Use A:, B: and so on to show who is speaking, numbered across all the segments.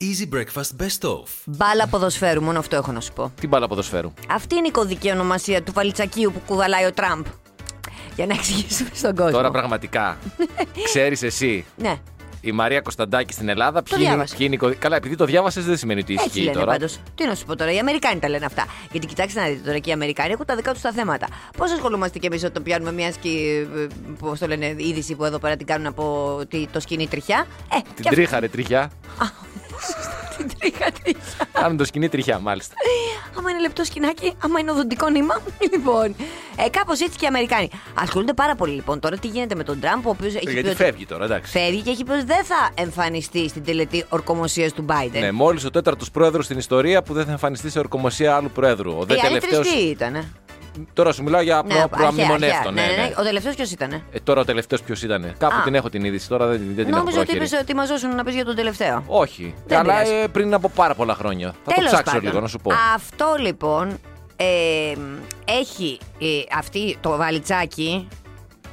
A: Easy Breakfast Best Of.
B: Μπάλα ποδοσφαίρου, μόνο αυτό έχω να σου πω.
C: Την μπάλα ποδοσφαίρου.
B: Αυτή είναι η κωδική ονομασία του βαλιτσακίου που κουβαλάει ο Τραμπ. Για να εξηγήσουμε στον κόσμο.
C: Τώρα πραγματικά. Ξέρεις εσύ.
B: Ναι.
C: Η Μαρία Κωνσταντάκη στην
B: Το
C: Ελλάδα. ποιοι είναι-
B: διάβασα.
C: ποιοι είναι οι κωδικοί- Καλά, επειδή το διάβασες δεν σημαίνει ότι
B: Έτσι
C: ισχύει
B: λένε
C: τώρα.
B: πάντως. Τι να σου πω τώρα, οι Αμερικάνοι τα λένε αυτά. Γιατί κοιτάξτε να δείτε τώρα και οι Αμερικάνοι έχουν τα δικά τους τα θέματα. Πώς ασχολούμαστε κι εμείς όταν πιάνουμε μια σκη, πώς το λένε, είδηση που εδώ πέρα την κάνουν από τη- το σκηνή τριχιά. Ε,
C: Την
B: και αυτή-
C: τρίχα, ρε τριχιά.
B: την τρίχα τριχιά.
C: Κάνουν το σκηνή τριχιά, μάλιστα.
B: Άμα είναι λεπτό σκηνάκι, άμα είναι οδοντικό νήμα. Λοιπόν, ε, κάπως έτσι και οι Αμερικάνοι. Ασχολούνται πάρα πολύ λοιπόν τώρα τι γίνεται με τον Τραμπ, ο οποίος έχει πει
C: Γιατί
B: ότι
C: φεύγει τώρα, εντάξει.
B: φεύγει και έχει πει ότι δεν θα εμφανιστεί στην τελετή ορκομοσίας του Biden.
C: Ναι, μόλις ο τέταρτος πρόεδρος στην ιστορία που δεν θα εμφανιστεί σε ορκομοσία άλλου πρόεδρου. Ο δε
B: Οι άλλοι τρεις
C: τελευταίο.
B: τι ήτανε.
C: Τώρα σου μιλάω για
B: Ε, Ναι,
C: προ-
B: αρχαία,
C: προαμνημονεύτο.
B: αρχαία. Ναι, ναι, ναι. Ο τελευταίος ποιος ήτανε.
C: Ε, τώρα ο τελευταίος ποιος ήταν. Κάπου
B: Α.
C: την έχω την είδηση, τώρα δεν, δεν την έχω
B: Νόμιζα ότι
C: πρόχειρη.
B: είπες ότι μας δώσουν να πεις για τον τελευταίο.
C: Όχι.
B: Δεν
C: Καλά,
B: πειράζει.
C: ε, πριν από πάρα πολλά χρόνια. θα το
B: Τέλος
C: ψάξω
B: πάντων.
C: λίγο να σου πω.
B: Αυτό λοιπόν ε, έχει ε, αυτή το βαλιτσάκι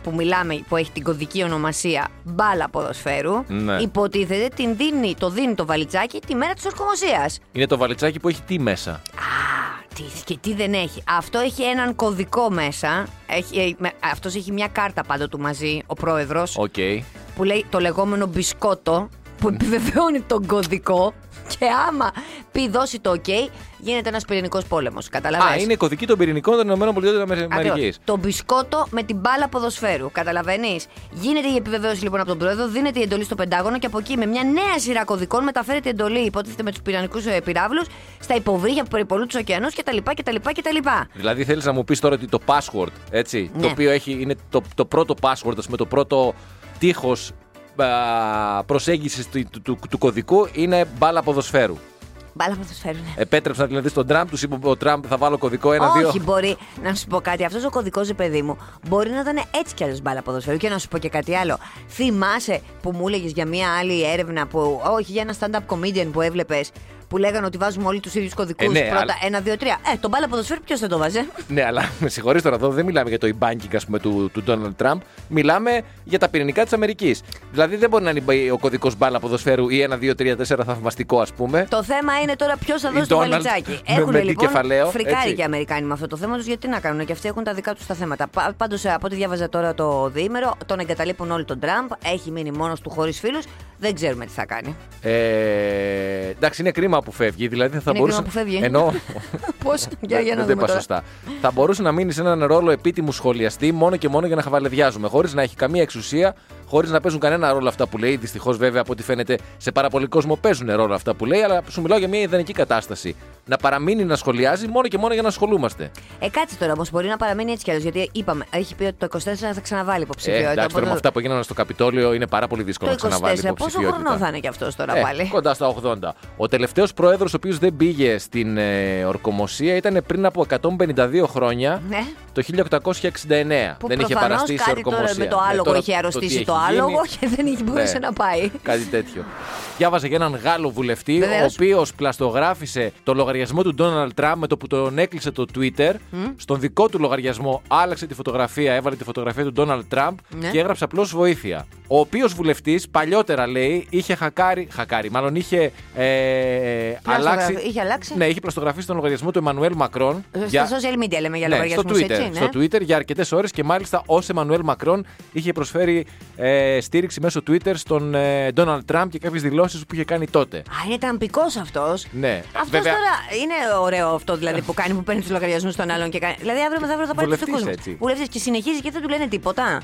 B: που μιλάμε, που έχει την κωδική ονομασία μπάλα ποδοσφαίρου,
C: Ναι.
B: υποτίθεται την δίνει, το δίνει το βαλιτσάκι τη μέρα της ορκομοσίας.
C: Είναι το βαλιτσάκι που έχει τι μέσα.
B: Α, τι, και τι δεν έχει. Αυτό έχει έναν κωδικό μέσα. Έχει, ε, με- αυτός έχει μια κάρτα πάντα του μαζί, ο πρόεδρος.
C: Οκ.
B: που λέει το λεγόμενο μπισκότο που
C: Ναι.
B: επιβεβαιώνει τον κωδικό και άμα πει δώσει το ok γίνεται ένας πυρηνικός πόλεμος. Καταλαβαίνεις.
C: Α, είναι κωδική των πυρηνικών των ΗΠΑ.
B: Ακριβώς. Το μπισκότο με την μπάλα ποδοσφαίρου. Καταλαβαίνεις. Γίνεται η επιβεβαίωση λοιπόν από τον πρόεδρο, δίνεται η εντολή στο Πεντάγωνο και από εκεί με μια νέα σειρά κωδικών μεταφέρεται η εντολή, υποτίθεται με τους πυρανικού πυράβλους, στα υποβρύχια που περιπολούν τους ωκεανούς κτλ. κτλ, κτλ.
C: Δηλαδή θέλεις να μου πεις τώρα ότι το password, έτσι,
B: Ναι.
C: το οποίο έχει, είναι το, το πρώτο password, ας πούμε, το πρώτο τείχος α, προσέγγισης του, του, του, του κωδικού είναι μπάλα ποδοσφαίρου.
B: Μπάλα ποδοσφαίρου, ναι.
C: Επέτρεψαν δηλαδή στον Τραμπ, του είπε ο Τραμπ θα βάλω κωδικό 1-2.
B: Όχι, μπορεί να σου πω κάτι. Αυτός ο κωδικός, παιδί μου, μπορεί να ήταν έτσι κι αλλιώς μπάλα ποδοσφαίρου. Και να σου πω και κάτι άλλο. Θυμάσαι που μου έλεγες για μια άλλη έρευνα που. Όχι, για ένα stand-up comedian που έβλεπες. Που λέγανε ότι βάζουμε όλοι τους ίδιους κωδικούς.
C: Ε, ναι,
B: πρώτα,
C: αλλά-
B: ένα, δύο, τρία. Ε, τον μπάλα ποδοσφαίρου ποιος δεν το ε? βάζε.
C: Ναι, αλλά με συγχωρείς τώρα εδώ, δεν μιλάμε για το e-banking ας πούμε, του, του Donald Τραμπ. Μιλάμε για τα πυρηνικά της Αμερικής. Δηλαδή δεν μπορεί να είναι ο κωδικός μπάλα ποδοσφαίρου ή 1-2-3-4 θαυμαστικό, ας πούμε.
B: Το θέμα είναι τώρα ποιος θα
C: Η
B: δώσει το
C: Donald
B: βαλιτσάκι.
C: με-
B: Έχουν
C: με τι
B: λοιπόν
C: κεφαλαίο,
B: φρικάρει
C: έτσι.
B: και οι Αμερικάνοι με αυτό το θέμα τους, γιατί να κάνουν και αυτοί έχουν τα δικά τους τα θέματα. Πάντω, από ό,τι διάβαζα τώρα το διήμερο, τον εγκαταλείπουν όλοι τον Τραμπ, έχει μείνει μόνος του χωρίς φίλους, δεν ξέρουμε τι θα κάνει.
C: Ε, εντάξει, είναι κρίμα που φεύγει. Δηλαδή θα
B: Είναι
C: μπορούσε.
B: κρίμα που φεύγει.
C: Ενώ.
B: Πώς, για, για να
C: Ε, δεν τα
B: δούμε
C: είπα
B: τώρα.
C: σωστά. Θα μπορούσε να μείνει σε έναν ρόλο επίτιμου σχολιαστή μόνο και μόνο για να χαβαλεδιάζουμε. Χωρίς να έχει καμία εξουσία, χωρίς να παίζουν κανένα ρόλο αυτά που λέει. Δυστυχώς, βέβαια, από ό,τι φαίνεται, σε πάρα πολύ κόσμο παίζουν ρόλο αυτά που λέει, αλλά σου μιλάω για μια ιδανική κατάσταση. Να παραμείνει να σχολιάζει μόνο και μόνο για να ασχολούμαστε.
B: Ε, κάτσε τώρα όμως, μπορεί να παραμείνει έτσι κι αλλιώς. Γιατί είπαμε, έχει πει ότι το 24 θα ξαναβάλει
C: Ε,
B: υποψηφιότητα.
C: εντάξει, τώρα
B: Οπότε
C: με αυτά που έγιναν στο Καπιτόλιο είναι πάρα πολύ δύσκολο να ξαναβάλει
B: Το 24, πόσο
C: υποψηφιότητα.
B: χρονό θα είναι κι αυτός τώρα
C: Ε,
B: πάλι.
C: Κοντά στα 80. Ο τελευταίος πρόεδρος, ο οποίος δεν πήγε στην ε, ορκομοσία, ήταν πριν από 152 χρόνια.
B: Ναι.
C: Το 1869
B: Που
C: δεν είχε
B: προφανώς
C: παραστεί σε
B: κάτι τώρα
C: ορκομοσία.
B: με το
C: Ναι,
B: άλογο
C: τώρα
B: είχε
C: τι
B: αρρωστήσει
C: έχει
B: το
C: γίνει, Ναι.
B: άλογο και δεν είχε- μπορούσε να πάει.
C: Κάτι τέτοιο. Διάβαζα για έναν Γάλλο βουλευτή, ο
B: Βεβαίως.
C: οποίος πλαστογράφησε το λογαριασμό του Ντόναλτ Τραμπ με το που τον έκλεισε το Twitter. Στον δικό του λογαριασμό άλλαξε τη φωτογραφία, έβαλε τη φωτογραφία του Ντόναλτ Τραμπ
B: Ναι.
C: και έγραψε απλώς βοήθεια. Ο οποίος βουλευτής παλιότερα λέει είχε χακάρει, χακάρει μάλλον είχε ε,
B: Πλαστογραφ-
C: αλλάξει.
B: είχε αλλάξει.
C: Ναι, είχε πλαστογραφήσει τον λογαριασμό του Εμμανουέλ Μακρόν.
B: Στα social media λέμε για
C: Ναι, στο
B: λογαριασμούς,
C: Twitter,
B: έτσι, ναι.
C: στο Twitter για αρκετές ώρες και μάλιστα ω Εμμανουέλ Μακρόν είχε προσφέρει ε, στήριξη μέσω Twitter στον ε, Donald Trump και κάποιες δηλώσεις που είχε κάνει τότε.
B: Α, είναι ταμπικό αυτός.
C: Ναι,
B: Αυτός
C: βέβαια-
B: τώρα είναι ωραίο αυτό δηλαδή που κάνει, που παίρνει τους λογαριασμούς των άλλων και κάνει. Δηλαδή αύριο μεθαύριο θα πάρει του
C: Βουλευτής,
B: κόσμο.
C: έτσι.
B: Βουλευτής και συνεχίζει και δεν του λένε τίποτα.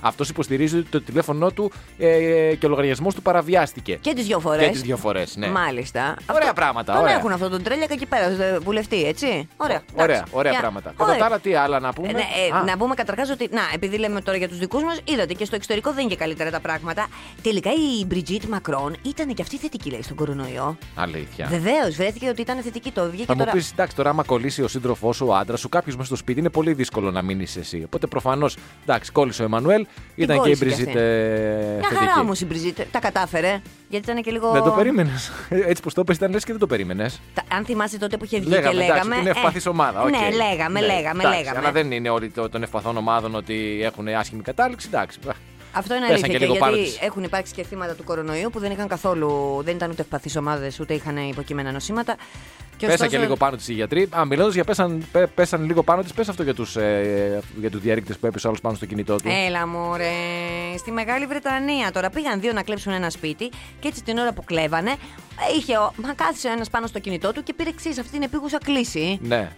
C: Αυτό υποστηρίζει ότι το τηλέφωνό του ε, και ο λογαριασμός του παραβιάστηκε.
B: Και τις δύο φορές.
C: Και τις δύο φορές, ναι.
B: Μάλιστα.
C: Ωραία πράγματα,
B: Τον
C: ωραία.
B: έχουν αυτό τον τρέλια και εκεί πέρα, ε, βουλευτή, έτσι. Ωραία.
C: Ωραία,
B: εντάξει.
C: ωραία
B: Για-
C: πράγματα.
B: Ωραία.
C: Κατά τα άλλα, τι άλλα να πούμε.
B: Ε, ναι, ε,
C: Α,
B: να πούμε καταρχάς ότι. Να, επειδή λέμε τώρα για τους δικούς μας, είδατε και στο εξωτερικό δεν είναι και καλύτερα τα πράγματα. Τελικά η Μπριτζίτ Μακρόν ήταν και αυτή θετική, λέει, στον κορονοϊό.
C: Αλήθεια.
B: Βεβαίως, βρέθηκε ότι ήταν θετική. Το βγήκε
C: Θα μου
B: τώρα.
C: πεις, εντάξει, τώρα, άμα κολλήσει ο σύντροφός σου, ο άντρας σου, κάποιος μέσα στο σπίτι, είναι πολύ δύσκολο να μείνεις εσύ. Οπότε προφανώς, εντάξει, κόλλησε ο Εμμανουέλ, ήταν και η
B: κόλλησε κι
C: Μπριζίτ.
B: αυτή.
C: ε,
B: Μια χαρά
C: θετική.
B: όμως η Μπριτζίτ. Τα κατάφερε. Γιατί ήταν και λίγο.
C: Δεν το περίμενες. Έτσι πως το είπε, ήταν λες και δεν το περίμενες.
B: Τα- αν θυμάσαι τότε που είχε βγει
C: Λέγαμε,
B: και
C: εντάξει,
B: λέγαμε. Ε,
C: είναι ευπαθής ομάδα. οκ.
B: Ναι, λέγαμε,
C: Ναι,
B: λέγαμε,
C: εντάξει,
B: λέγαμε.
C: Αλλά δεν είναι όλοι το- των ευπαθών ομάδων ότι έχουν άσχημη κατάληξη. Εντάξει.
B: Αυτό είναι
C: Πέσαν
B: αλήθεια.
C: και
B: Και
C: λίγο
B: γιατί
C: πάρτις.
B: έχουν υπάρξει και θύματα του κορονοϊού που δεν είχαν καθόλου. Δεν ήταν ούτε ευπαθείς ομάδες, ούτε είχαν υποκείμενα νοσήματα. Και
C: Πέσαν
B: ωστόσο-
C: και λίγο πάνω τη οι γιατροί. Α, μιλώντας για πέσαν, πέ- πέσαν λίγο πάνω τη, πες αυτό για τους ε, για τους διαρρήκτες που έπεσε άλλος πάνω στο κινητό του.
B: Έλα μου ρε. Στη Μεγάλη Βρετανία τώρα πήγαν δύο να κλέψουν ένα σπίτι και έτσι την ώρα που κλέβανε, ε, είχε, ο- μα κάθισε ένας πάνω στο κινητό του και πήρε εξή αυτή την επίγουσα κλίση.
C: Ναι.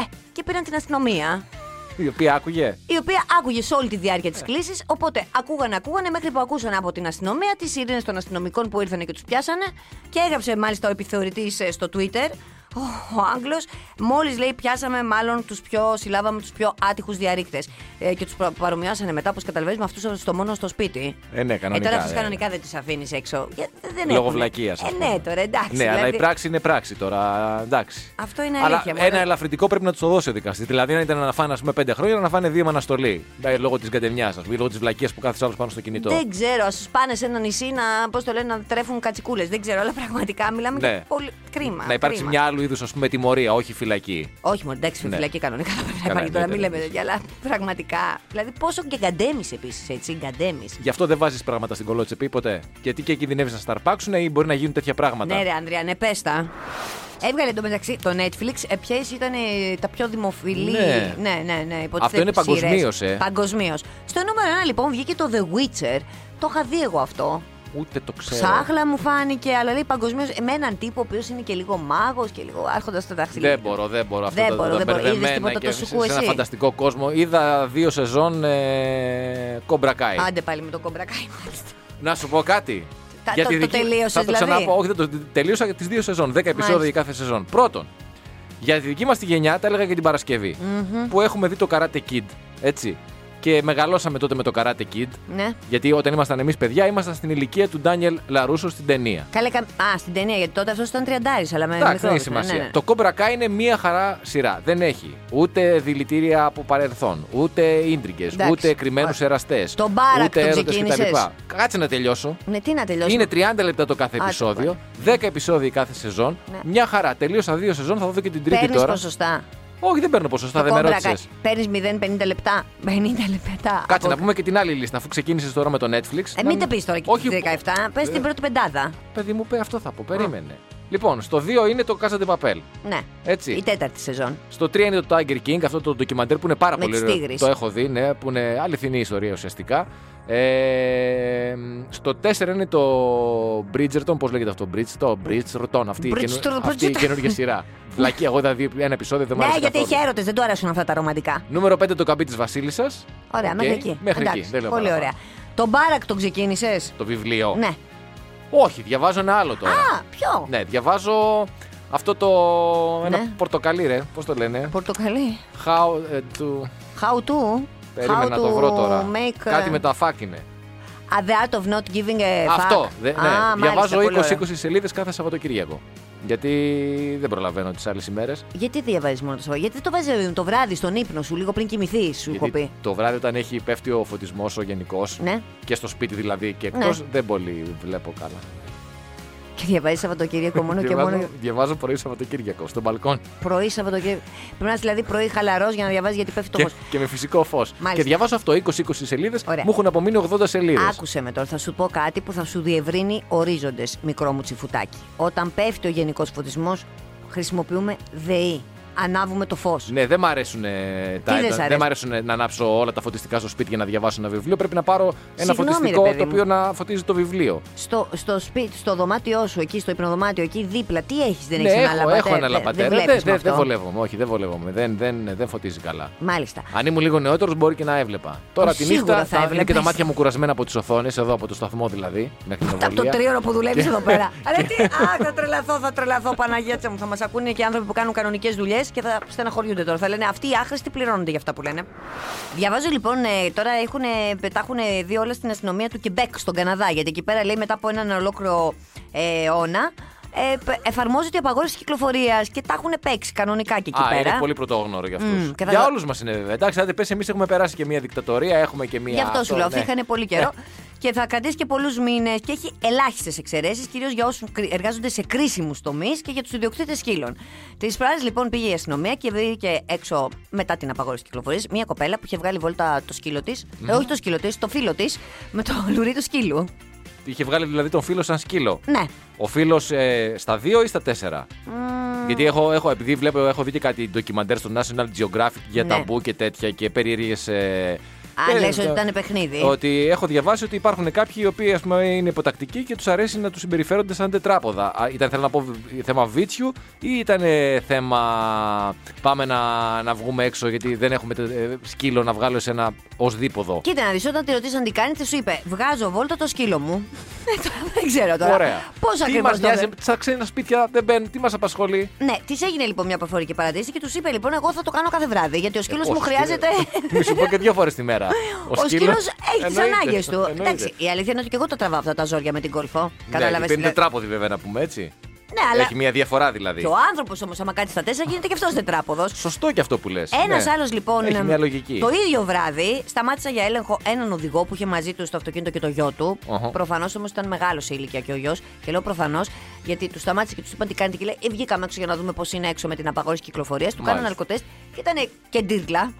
B: Ε, και πήραν την αστυνομία,
C: Η οποία άκουγε.
B: η οποία άκουγε σε όλη τη διάρκεια της κλίση. Οπότε ακούγανε, ακούγανε μέχρι που ακούσαν από την αστυνομία τις ειρήνες των αστυνομικών που ήρθαν και τους πιάσανε. Και έγραψε μάλιστα ο επιθεωρητής στο Twitter. Ο, ο Άγγλος, μόλις λέει, πιάσαμε μάλλον τους πιο, συλλάβαμε τους πιο άτυχους διαρρήκτες. Ε, και τους παρομοιάσανε μετά, όπως καταλαβαίνεις, με αυτούς στο μόνο στο σπίτι.
C: Ε, ναι, κανονικά.
B: ε, τώρα αυτούς
C: ε.
B: κανονικά δεν τους αφήνεις έξω. Για- δεν
C: Λόγω
B: έχουνε.
C: βλακεία.
B: Ε, ναι, τώρα εντάξει.
C: Ναι, αλλά η
B: δηλαδή,
C: πράξη είναι πράξη τώρα. ε, Εντάξει.
B: Αυτό είναι
C: Αλλά
B: αλήθεια. μόνο.
C: ένα ελαφρυντικό πρέπει να τους το δώσει ο δικαστής. Δηλαδή, αν ήταν να φάνε ας πούμε, πέντε χρόνια, να φάνε δύο με αναστολή. Ε, Λόγω της γκαντεμιάς, ας πούμε, λόγω της βλακεία που κάθε άλλος πάνω στο κινητό.
B: Δεν ξέρω, ας πάνε σε ένα νησί να, πώς το λένε, να τρέφουν κατσικούλες. Δεν ξέρω, αλλά πραγματικά μιλάμε
C: Ναι.
B: για πολύ. Κρίμα.
C: να υπάρξει
B: κρίμα.
C: μια άλλου είδους τιμωρία, όχι φυλακή.
B: Όχι μόνο, εντάξει,
C: Ναι.
B: φυλακή κανονικά θα πρέπει να
C: Καλά,
B: πάει τώρα,
C: ναι,
B: μην
C: ναι,
B: λέμε
C: ναι.
B: τέτοια, αλλά πραγματικά. Δηλαδή, πόσο και γκαντέμι επίσης, έτσι, γκαντέμι.
C: Γι' αυτό δεν βάζεις πράγματα στην κολότσεπη ποτέ. Γιατί και κινδυνεύει να σταρπάξουν ή μπορεί να γίνουν τέτοια πράγματα.
B: Ναι, ρε, Ανδρέα, ναι, πες τα. Έβγαλε εντωμεταξύ το Netflix, ε, ποιες ήταν ε, τα πιο δημοφιλή.
C: Ναι.
B: ναι, ναι. ναι υποτίθεται
C: Αυτό είναι
B: σειρές.
C: παγκοσμίως, ε.
B: Παγκοσμίως. Στο νούμερο ένα, λοιπόν, βγήκε το The Witcher. Το είχα δει εγώ αυτό.
C: Ούτε το ξέρω.
B: Ψάχλα μου φάνηκε, αλλά λέει παγκοσμίως με έναν τύπο ο οποίος είναι και λίγο μάγος και λίγο άρχοντας τα δάχτυλα.
C: Δεν μπορώ, δεν μπορώ. Αυτά
B: δηλαδή. Δεν
C: τα-
B: μπορώ,
C: τα
B: δεν μπορώ. Είδες
C: μπερδεμένα
B: τίποτα
C: και
B: το
C: σε-
B: σουκού
C: σε ένα
B: εσύ?
C: φανταστικό κόσμο. Είδα δύο σεζόν ε, κομπρακάι.
B: Άντε πάλι με το κομπρακάι, μάλιστα.
C: Να σου πω κάτι.
B: Τα-
C: Για
B: το-
C: τη
B: το τελείωσες,
C: θα το ξαναπώ.
B: δηλαδή?
C: Όχι, δεν το τελείωσα τις δύο σεζόν. 10 επεισόδια για κάθε σεζόν. Πρώτον, για τη δική μας τη γενιά, τα έλεγα και την παρασκευη που έχουμε δει το Karate Kid. Έτσι. Και μεγαλώσαμε τότε με το Karate Kid.
B: Ναι.
C: Γιατί όταν ήμασταν εμείς παιδιά, ήμασταν στην ηλικία του Ντάνιελ Λαρούσο στην ταινία.
B: Καλέ, κα... Α, στην ταινία, γιατί τότε αυτός ήταν τριαντάρι, αλλά με ναι,
C: Εντάξει, δεν
B: μικρό.
C: έχει σημασία. Το Cobra Kai είναι μία χαρά σειρά. Δεν έχει ούτε δηλητήρια από παρελθόν, ούτε ίντριγκες,
B: Εντάξει.
C: ούτε κρυμμένου
B: Ωραία.
C: εραστέ.
B: Το Μπάρακ
C: ούτε
B: το
C: έρωτες
B: ξεκίνησες.
C: κτλ. Κάτσε να τελειώσω.
B: Ναι, τι να τελειώσει.
C: Είναι 30 λεπτά το κάθε
B: Άντε,
C: επεισόδιο, 10 επεισόδια η κάθε σεζόν.
B: Ναι.
C: Μια χαρά. Τελείωσα δύο σεζόν, θα δω και την τρίτη
B: Παίρνεις
C: τώρα.
B: ποσοστά.
C: Όχι, δεν παίρνω ποσοστά, δεν με ρώτησε.
B: Παίρνει 0-50 λεπτά. 50 λεπτά.
C: Κάτσε να πούμε και την άλλη λίστα, αφού ξεκίνησες τώρα με το Netflix.
B: Ε,
C: να
B: μην τα πεις τώρα και
C: Όχι,
B: τι 17. Πες την πρώτη πεντάδα.
C: Παιδί μου, πέ, αυτό θα πω. Περίμενε. Λοιπόν, στο 2 είναι το Casa de Papel.
B: Ναι.
C: Έτσι.
B: Η τέταρτη σεζόν.
C: Στο 3 είναι το Tiger King, αυτό το ντοκιμαντέρ που είναι πάρα
B: Με
C: πολύ
B: τις
C: ωραίο.
B: τίγρεις.
C: Το έχω δει, ναι, που είναι αληθινή ιστορία ουσιαστικά. Ε, στο 4 είναι το Bridgerton, πώς λέγεται αυτό, Bridgerton, Bridgerton, αυτή, η καινου-
B: Bridgerton,
C: αυτή η
B: Bridgerton.
C: καινούργια σειρά. Βλακή, εγώ είδα δύο- ένα επεισόδιο, δεν μου
B: Ναι,
C: άρεσε.
B: γιατί έχει
C: καθόλου.
B: έρωτες, δεν του αρέσουν αυτά τα ρομαντικά.
C: Νούμερο 5 το καμπί της Βασίλισσας.
B: Ωραία,
C: Οκ,
B: μέχρι εκεί.
C: Μέχρι εκεί.
B: Εντάξει,
C: Δεν λέω
B: Πολύ
C: παραπάνω.
B: ωραία. Το μπάρακ τον ξεκίνησες.
C: Το βιβλίο.
B: Ναι.
C: Όχι, διαβάζω ένα άλλο τώρα.
B: Α, ποιο.
C: Ναι, διαβάζω αυτό το.
B: Ναι.
C: Ένα πορτοκαλί, ρε. Πώς το λένε.
B: Πορτοκαλί.
C: How. ε, to-
B: How to.
C: Περίμενα
B: how
C: να
B: to
C: το βρω τώρα.
B: Make,
C: Κάτι
B: uh,
C: με τα φάκ είναι.
B: Α, the art of not giving a fuck.
C: Αυτό. δε- ναι.
B: Α, μάλιστα,
C: Διαβάζω
B: πολύ ωραία.
C: 20-20 σελίδες κάθε Σαββατοκύριακο. Γιατί δεν προλαβαίνω τις άλλες ημέρες.
B: Γιατί διαβάζεις μόνο το Σαββατό, Γιατί δεν το βάζεις το βράδυ στον ύπνο σου, λίγο πριν κοιμηθεί, σου έχω πει.
C: το βράδυ όταν έχει πέφτει ο φωτισμός ο γενικός.
B: Ναι.
C: Και στο σπίτι δηλαδή και εκτός δεν πολύ βλέπω καλά.
B: Και διαβάζεις Σαββατοκύριακο μόνο και
C: διαβάζω,
B: μόνο.
C: διαβάζω πρωί Σαββατοκύριακο στον μπαλκόνι.
B: Πρωί Σαββατοκύριακο. Πρέπει να είσαι δηλαδή πρωί χαλαρός για να διαβάζεις γιατί πέφτει το
C: Και,
B: φως.
C: και με φυσικό φως.
B: Μάλιστα.
C: Και διαβάζω αυτό 20-20 σελίδες.
B: Ωραία.
C: Μου έχουν απομείνει 80 σελίδες.
B: Άκουσε με τώρα, θα σου πω κάτι που θα σου διευρύνει ορίζοντες, μικρό μου τσιφουτάκι. Όταν πέφτει ο γενικός φωτισμός, χρησιμοποιούμε ΔΕΗ. Ανάβουμε το φως.
C: Ναι, δεν μ' αρέσουν ε, τα
B: δεν σ' αρέσουν?
C: μ' αρέσουν να ανάψω όλα τα φωτιστικά στο σπίτι για να διαβάσω ένα βιβλίο. Πρέπει να πάρω ένα
B: Συγγνώμη,
C: φωτιστικό
B: ρε παιδί
C: το
B: μου.
C: οποίο να φωτίζει το βιβλίο.
B: Στο, στο, σπίτι, στο δωμάτιό σου, εκεί στο υπνοδωμάτιο, εκεί δίπλα, τι έχεις, δεν
C: ναι,
B: έχεις
C: έχω,
B: αναλαμπατέρα.
C: έχω ένα λαμπατέρα.
B: Δεν,
C: Δεν,
B: βλέπεις με
C: δεν, δεν
B: αυτό.
C: βολεύομαι, όχι, δεν βολεύομαι. Δεν, δεν, δεν φωτίζει καλά.
B: Μάλιστα.
C: Αν ήμουν λίγο νεότερος, μπορεί και να έβλεπα. Τώρα τη
B: σίγουρα
C: νύχτα
B: θα
C: είναι και τα
B: έβλεπες.
C: μάτια μου κουρασμένα από τις οθόνες, εδώ από το σταθμό δηλαδή. Μέχρι την
B: Από το
C: οβολία.
B: τρίωρο που δουλεύεις εδώ πέρα. Αλλά τι, α, θα τρελαθώ, θα τρελαθώ, Παναγιώτσα μου. Θα μας ακούνε και άνθρωποι που κάνουν κανονικές δουλειές και θα στεναχωριούνται τώρα. Θα λένε αυτοί οι άχρηστοι πληρώνονται για αυτά που λένε. Διαβάζω λοιπόν, ε, τώρα έχουν, πετάχουν δύο όλα στην αστυνομία του Κεμπέκ στον Καναδά. Γιατί εκεί πέρα λέει μετά από έναν ολόκληρο ε, αιώνα. Ε, πε- εφαρμόζεται η απαγόρευση κυκλοφορίας και τα έχουν παίξει κανονικά και εκεί
C: Α,
B: πέρα.
C: είναι πολύ πρωτόγνωρο για αυτούς.
B: Μμμ, και θα
C: για
B: δω-
C: όλους μας είναι βέβαια. Εντάξει, άντε πες, εμείς έχουμε περάσει και μια δικτατορία, έχουμε και μια.
B: Γι' αυτό σου λέω,
C: ναι.
B: φύγανε πολύ καιρό. και θα κρατήσει και πολλούς μήνες και έχει ελάχιστες εξαιρέσεις, κυρίως για όσους εργάζονται σε κρίσιμους τομείς και για τους ιδιοκτήτες σκύλων. Τη Φράζ λοιπόν πήγε η αστυνομία και βρήκε έξω μετά την απαγόρευση κυκλοφορίας μια κοπέλα που είχε βγάλει βόλτα το σκύλο της. Ε, όχι το σκύλο της, το φίλο της με το λουρί του σκύλου.
C: Είχε βγάλει δηλαδή τον φίλο σαν σκύλο.
B: Ναι.
C: Ο φίλος στα δύο ή στα τέσσερα. Γιατί έχω, έχω, επειδή βλέπω, έχω δει και κάτι ντοκιμαντέρ στο National Geographic για
B: Ναι.
C: ταμπού και τέτοια και περίεργες. Ε,
B: Αν
C: ε,
B: λες ότι
C: ε,
B: ήταν παιχνίδι.
C: Ότι έχω διαβάσει ότι υπάρχουν κάποιοι οι οποίοι ας πούμε, είναι υποτακτικοί και τους αρέσει να τους συμπεριφέρονται σαν τετράποδα. Α, Ήταν θέλω να πω θέμα βίτσιου ή ήταν ε, θέμα πάμε να, να βγούμε έξω γιατί δεν έχουμε τε- ε, σκύλο να βγάλω σε ένα ως δίποδο.
B: Κοίτα να δεις, όταν τη ρωτήσαν τι κάνει, τη σου είπε Βγάζω βόλτα το σκύλο μου. Ε, τώρα δεν ξέρω τώρα.
C: Ωραία.
B: Πώς
C: Τι
B: ακριβώς
C: μας
B: το
C: νοιάζει,
B: βρε-
C: στα ξένα σπίτια δεν μπαίνουν, τι μας απασχολεί.
B: Ναι, της έγινε λοιπόν μια προφορική παρατήρηση και τους είπε λοιπόν: Εγώ θα το κάνω κάθε βράδυ. Γιατί ο σκύλο
C: Ε,
B: μου
C: όσο
B: χρειάζεται.
C: σκύλο- Μη σου πω και δύο φορές τη μέρα.
B: Ο σκύλος
C: σκύλος-
B: έχει τις
C: Εννοείται.
B: ανάγκες του.
C: Εννοείται.
B: Εντάξει, η αλήθεια είναι ότι και εγώ τα τραβάω αυτά τα ζόρια με την κόλφο.
C: Ναι,
B: Κατάλαβες.
C: γιατί Είναι τετράποδη βέβαια να πούμε έτσι.
B: Ναι, δηλαδή. αλλά
C: Έχει μια διαφορά δηλαδή.
B: και ο άνθρωπος όμως, άμα κάτι στα τέσσερα, γίνεται και αυτός τετράποδος.
C: Σωστό και αυτό που λες.
B: Ένας άλλος λοιπόν.
C: Ναι. Έχει
B: εμ,
C: μια λογική.
B: Το ίδιο βράδυ σταμάτησα για έλεγχο έναν οδηγό που είχε μαζί του στο αυτοκίνητο και το γιο του.
C: Οχο.
B: Προφανώς όμως ήταν μεγάλος σε ηλικία και ο γιος. Και λέω προφανώς γιατί του σταμάτησε και του είπαν τι κάνετε. Και λέει «Ε, Βγήκαμε έξω για να δούμε πώς είναι έξω με την απαγόρευση κυκλοφορίας. Του κάνανε
C: Μάλιστα.
B: αλκοτέστ και ήταν και ντύρκλα.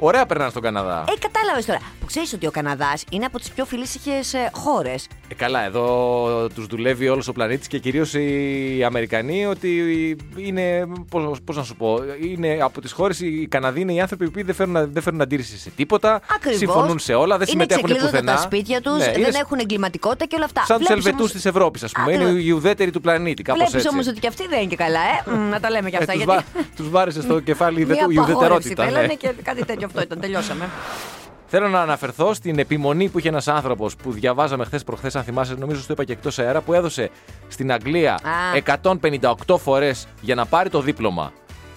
C: Ωραία περνάνε στον Καναδά.
B: Ε, κατάλαβες τώρα. Που ξέρεις ότι ο Καναδάς είναι από τις πιο φιλήσυχες χώρες.
C: Ε, καλά, εδώ τους δουλεύει όλος ο πλανήτης και κυρίως οι Αμερικανοί ότι είναι. Πώς να σου πω, είναι από τις χώρες οι Καναδοί είναι οι άνθρωποι που δεν φέρνουν, δεν φέρνουν αντίρρηση σε τίποτα.
B: Ακριβώς.
C: Συμφωνούν σε όλα, δεν
B: είναι
C: συμμετέχουν πουθενά.
B: τα σπίτια τους,
C: Ναι,
B: δεν
C: είναι
B: έχουν εγκληματικότητα και όλα αυτά.
C: Σαν τους
B: Βλέπεις
C: Ελβετού
B: όμως-
C: της Ευρώπης, ας πούμε.
B: Ακριβώς.
C: Είναι οι ουδέτεροι του πλανήτη, κάπως έτσι.
B: Βλέπει όμως ότι και αυτοί δεν είναι και καλά, ε. Μ, Να τα λέμε και αυτά.
C: τους,
B: γιατί...
C: βά- τους βάρεσε στο κεφάλι η
B: Μια
C: ουδε- η
B: απαγόρευση
C: ουδετερότητα.
B: θέλανε
C: ναι.
B: και κάτι τέτοιο αυτό ήταν. Τελειώσαμε.
C: Θέλω να αναφερθώ στην επιμονή που είχε ένας άνθρωπος που διαβάζαμε χθες προχθές, αν θυμάσαι, νομίζω στο είπα και εκτός αέρα, που έδωσε στην Αγγλία
B: Α.
C: 158 φορές για να πάρει το δίπλωμα.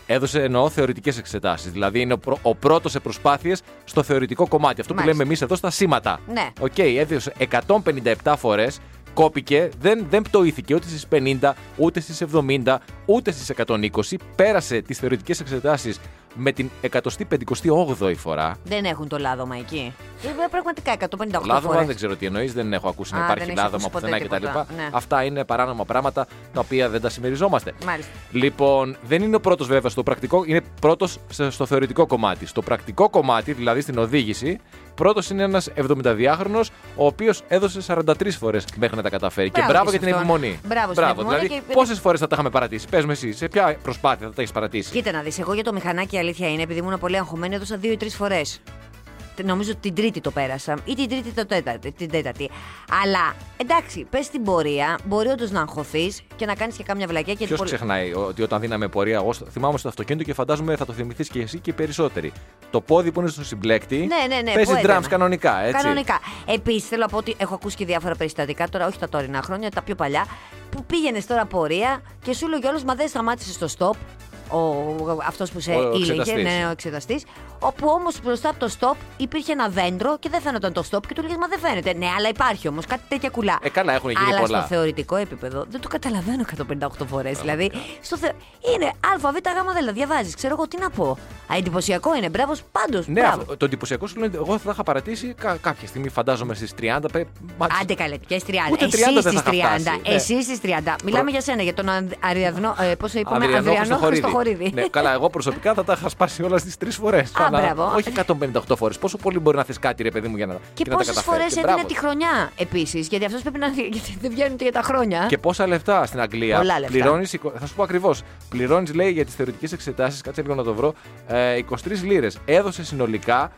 C: Έδωσε εννοώ θεωρητικές εξετάσεις. Δηλαδή είναι ο, πρω- ο πρώτος σε προσπάθειες στο θεωρητικό κομμάτι. Αυτό
B: Μάλιστα.
C: που λέμε εμείς εδώ στα σήματα.
B: Ναι.
C: Οκ, έδωσε 157 φορές, κόπηκε, δεν, δεν πτωήθηκε ούτε στις 50, ούτε στις 70, ούτε στις 120. Πέρασε τις θεωρητικές εξετάσεις με την 158η φορά.
B: Δεν έχουν το λάδωμα εκεί. Ε, Πραγματικά 158
C: Λάδωμα,
B: φορές.
C: δεν ξέρω τι εννοείς, δεν έχω ακούσει να
B: Α, δεν
C: υπάρχει
B: έχεις
C: λάδωμα
B: ακούσει
C: πουθενά
B: ποτέ
C: κτλ.
B: τίποτα, ναι.
C: Αυτά είναι παράνομα πράγματα τα οποία δεν τα συμμεριζόμαστε.
B: Μάλιστα.
C: Λοιπόν, δεν είναι ο πρώτος βέβαια στο πρακτικό, είναι πρώτος στο θεωρητικό κομμάτι. Στο πρακτικό κομμάτι, δηλαδή στην οδήγηση, πρώτος είναι ένας 72χρονο, ο οποίος έδωσε 43 φορές μέχρι να τα καταφέρει.
B: Μπράβο και
C: και μπράβο για
B: σε
C: την
B: αυτόν.
C: επιμονή.
B: Μπράβο στην επιμονή
C: δηλαδή,
B: και-
C: πόσες φορές θα τα είχαμε παρατήσει, πες με εσύ, σε ποια προσπάθεια θα τα έχεις παρατήσει.
B: Κοίτα να δεις, εγώ για το μηχανάκι η αλήθεια είναι, επειδή ήμουν πολύ αγχωμένη, έδωσα δύο ή τρει φορέ. Νομίζω την τρίτη το πέρασα ή την τρίτη το τέταρτη, την τέταρτη. Αλλά εντάξει, πες στην πορεία, μπορεί όντως να αγχωθείς και να κάνεις και κάμια βλακιά. γιατί
C: Ποιο
B: πολλ-
C: ξεχνάει ότι όταν δίναμε πορεία, εγώ στο- θυμάμαι στο αυτοκίνητο και φαντάζομαι θα το θυμηθείς και εσύ και οι περισσότεροι. Το πόδι που είναι στον συμπλέκτη
B: Ναι, ναι, ναι.
C: παίζει
B: που
C: drums
B: έδαμε.
C: κανονικά, έτσι.
B: Κανονικά. Επίσης, θέλω να πω ότι έχω ακούσει και διάφορα περιστατικά τώρα, όχι τα τωρινά χρόνια, τα πιο παλιά, που πήγαινες τώρα πορεία και σου λέγει όλος, μα δεν σταμάτησες στο stop. Ο, αυτός που σε
C: Ο- ο
B: ήλεγε,
C: εξεταστής.
B: ναι, ο εξεταστής. Όπου όμως μπροστά από το stop υπήρχε ένα δέντρο και δεν φαίνονταν το stop και του λέγες Μα δεν φαίνεται. Ναι, αλλά υπάρχει όμως κάτι τέτοια κουλά.
C: Ε, καλά, έχουν γίνει
B: Αλλά
C: πολλά.
B: στο θεωρητικό επίπεδο δεν το καταλαβαίνω 158 φορέ. Δηλαδή, στο θε... είναι Α, Β, Γ, Δ. Διαβάζεις. Ξέρω εγώ τι να πω. Α, εντυπωσιακό είναι. Μπράβο, πάντως.
C: Ναι, αυτό- το εντυπωσιακό σου λένε, εγώ θα τα είχα παρατήσει κα- κάποια στιγμή, φαντάζομαι στις 30. Πε, μα-
B: Άντε καλέ, ποιε 30.
C: Ούτε 30
B: Εσύ
C: δεν
B: στι
C: θα
B: 30.
C: είχα φτάσει, ναι.
B: Εσύ στις 30. Μιλάμε για σένα, για τον Αν- Αριαδνό. Ε, Πώς είπαμε,
C: Αδριανό
B: Ανδριανό
C: Χριστοχορίδη.
B: Χριστοχορίδη.
C: ναι, καλά, εγώ προσωπικά θα τα είχα σπάσει όλα στις τρεις φορές.
B: μπράβο.
C: Όχι 158 φορές. Πόσο πολύ μπορεί να θες κάτι, ρε παιδί μου, για να,
B: Και
C: να τα
B: πόσες
C: καταφέρεις.
B: φορές
C: Και
B: έδινε
C: μπράβο.
B: τη χρονιά επίσης. Γιατί αυτός πρέπει να. Γιατί δεν βγαίνουν και για τα χρόνια.
C: Και πόσα λεφτά στην Αγγλία.
B: Πολλά λεφτά.
C: Πληρώνεις, εικο- θα σου πω ακριβώς. Πληρώνεις, λέει, για τις θεωρητικές εξετάσεις, κάτσε λίγο να το βρω, ε, 23 λίρες. Έδωσε συνολικά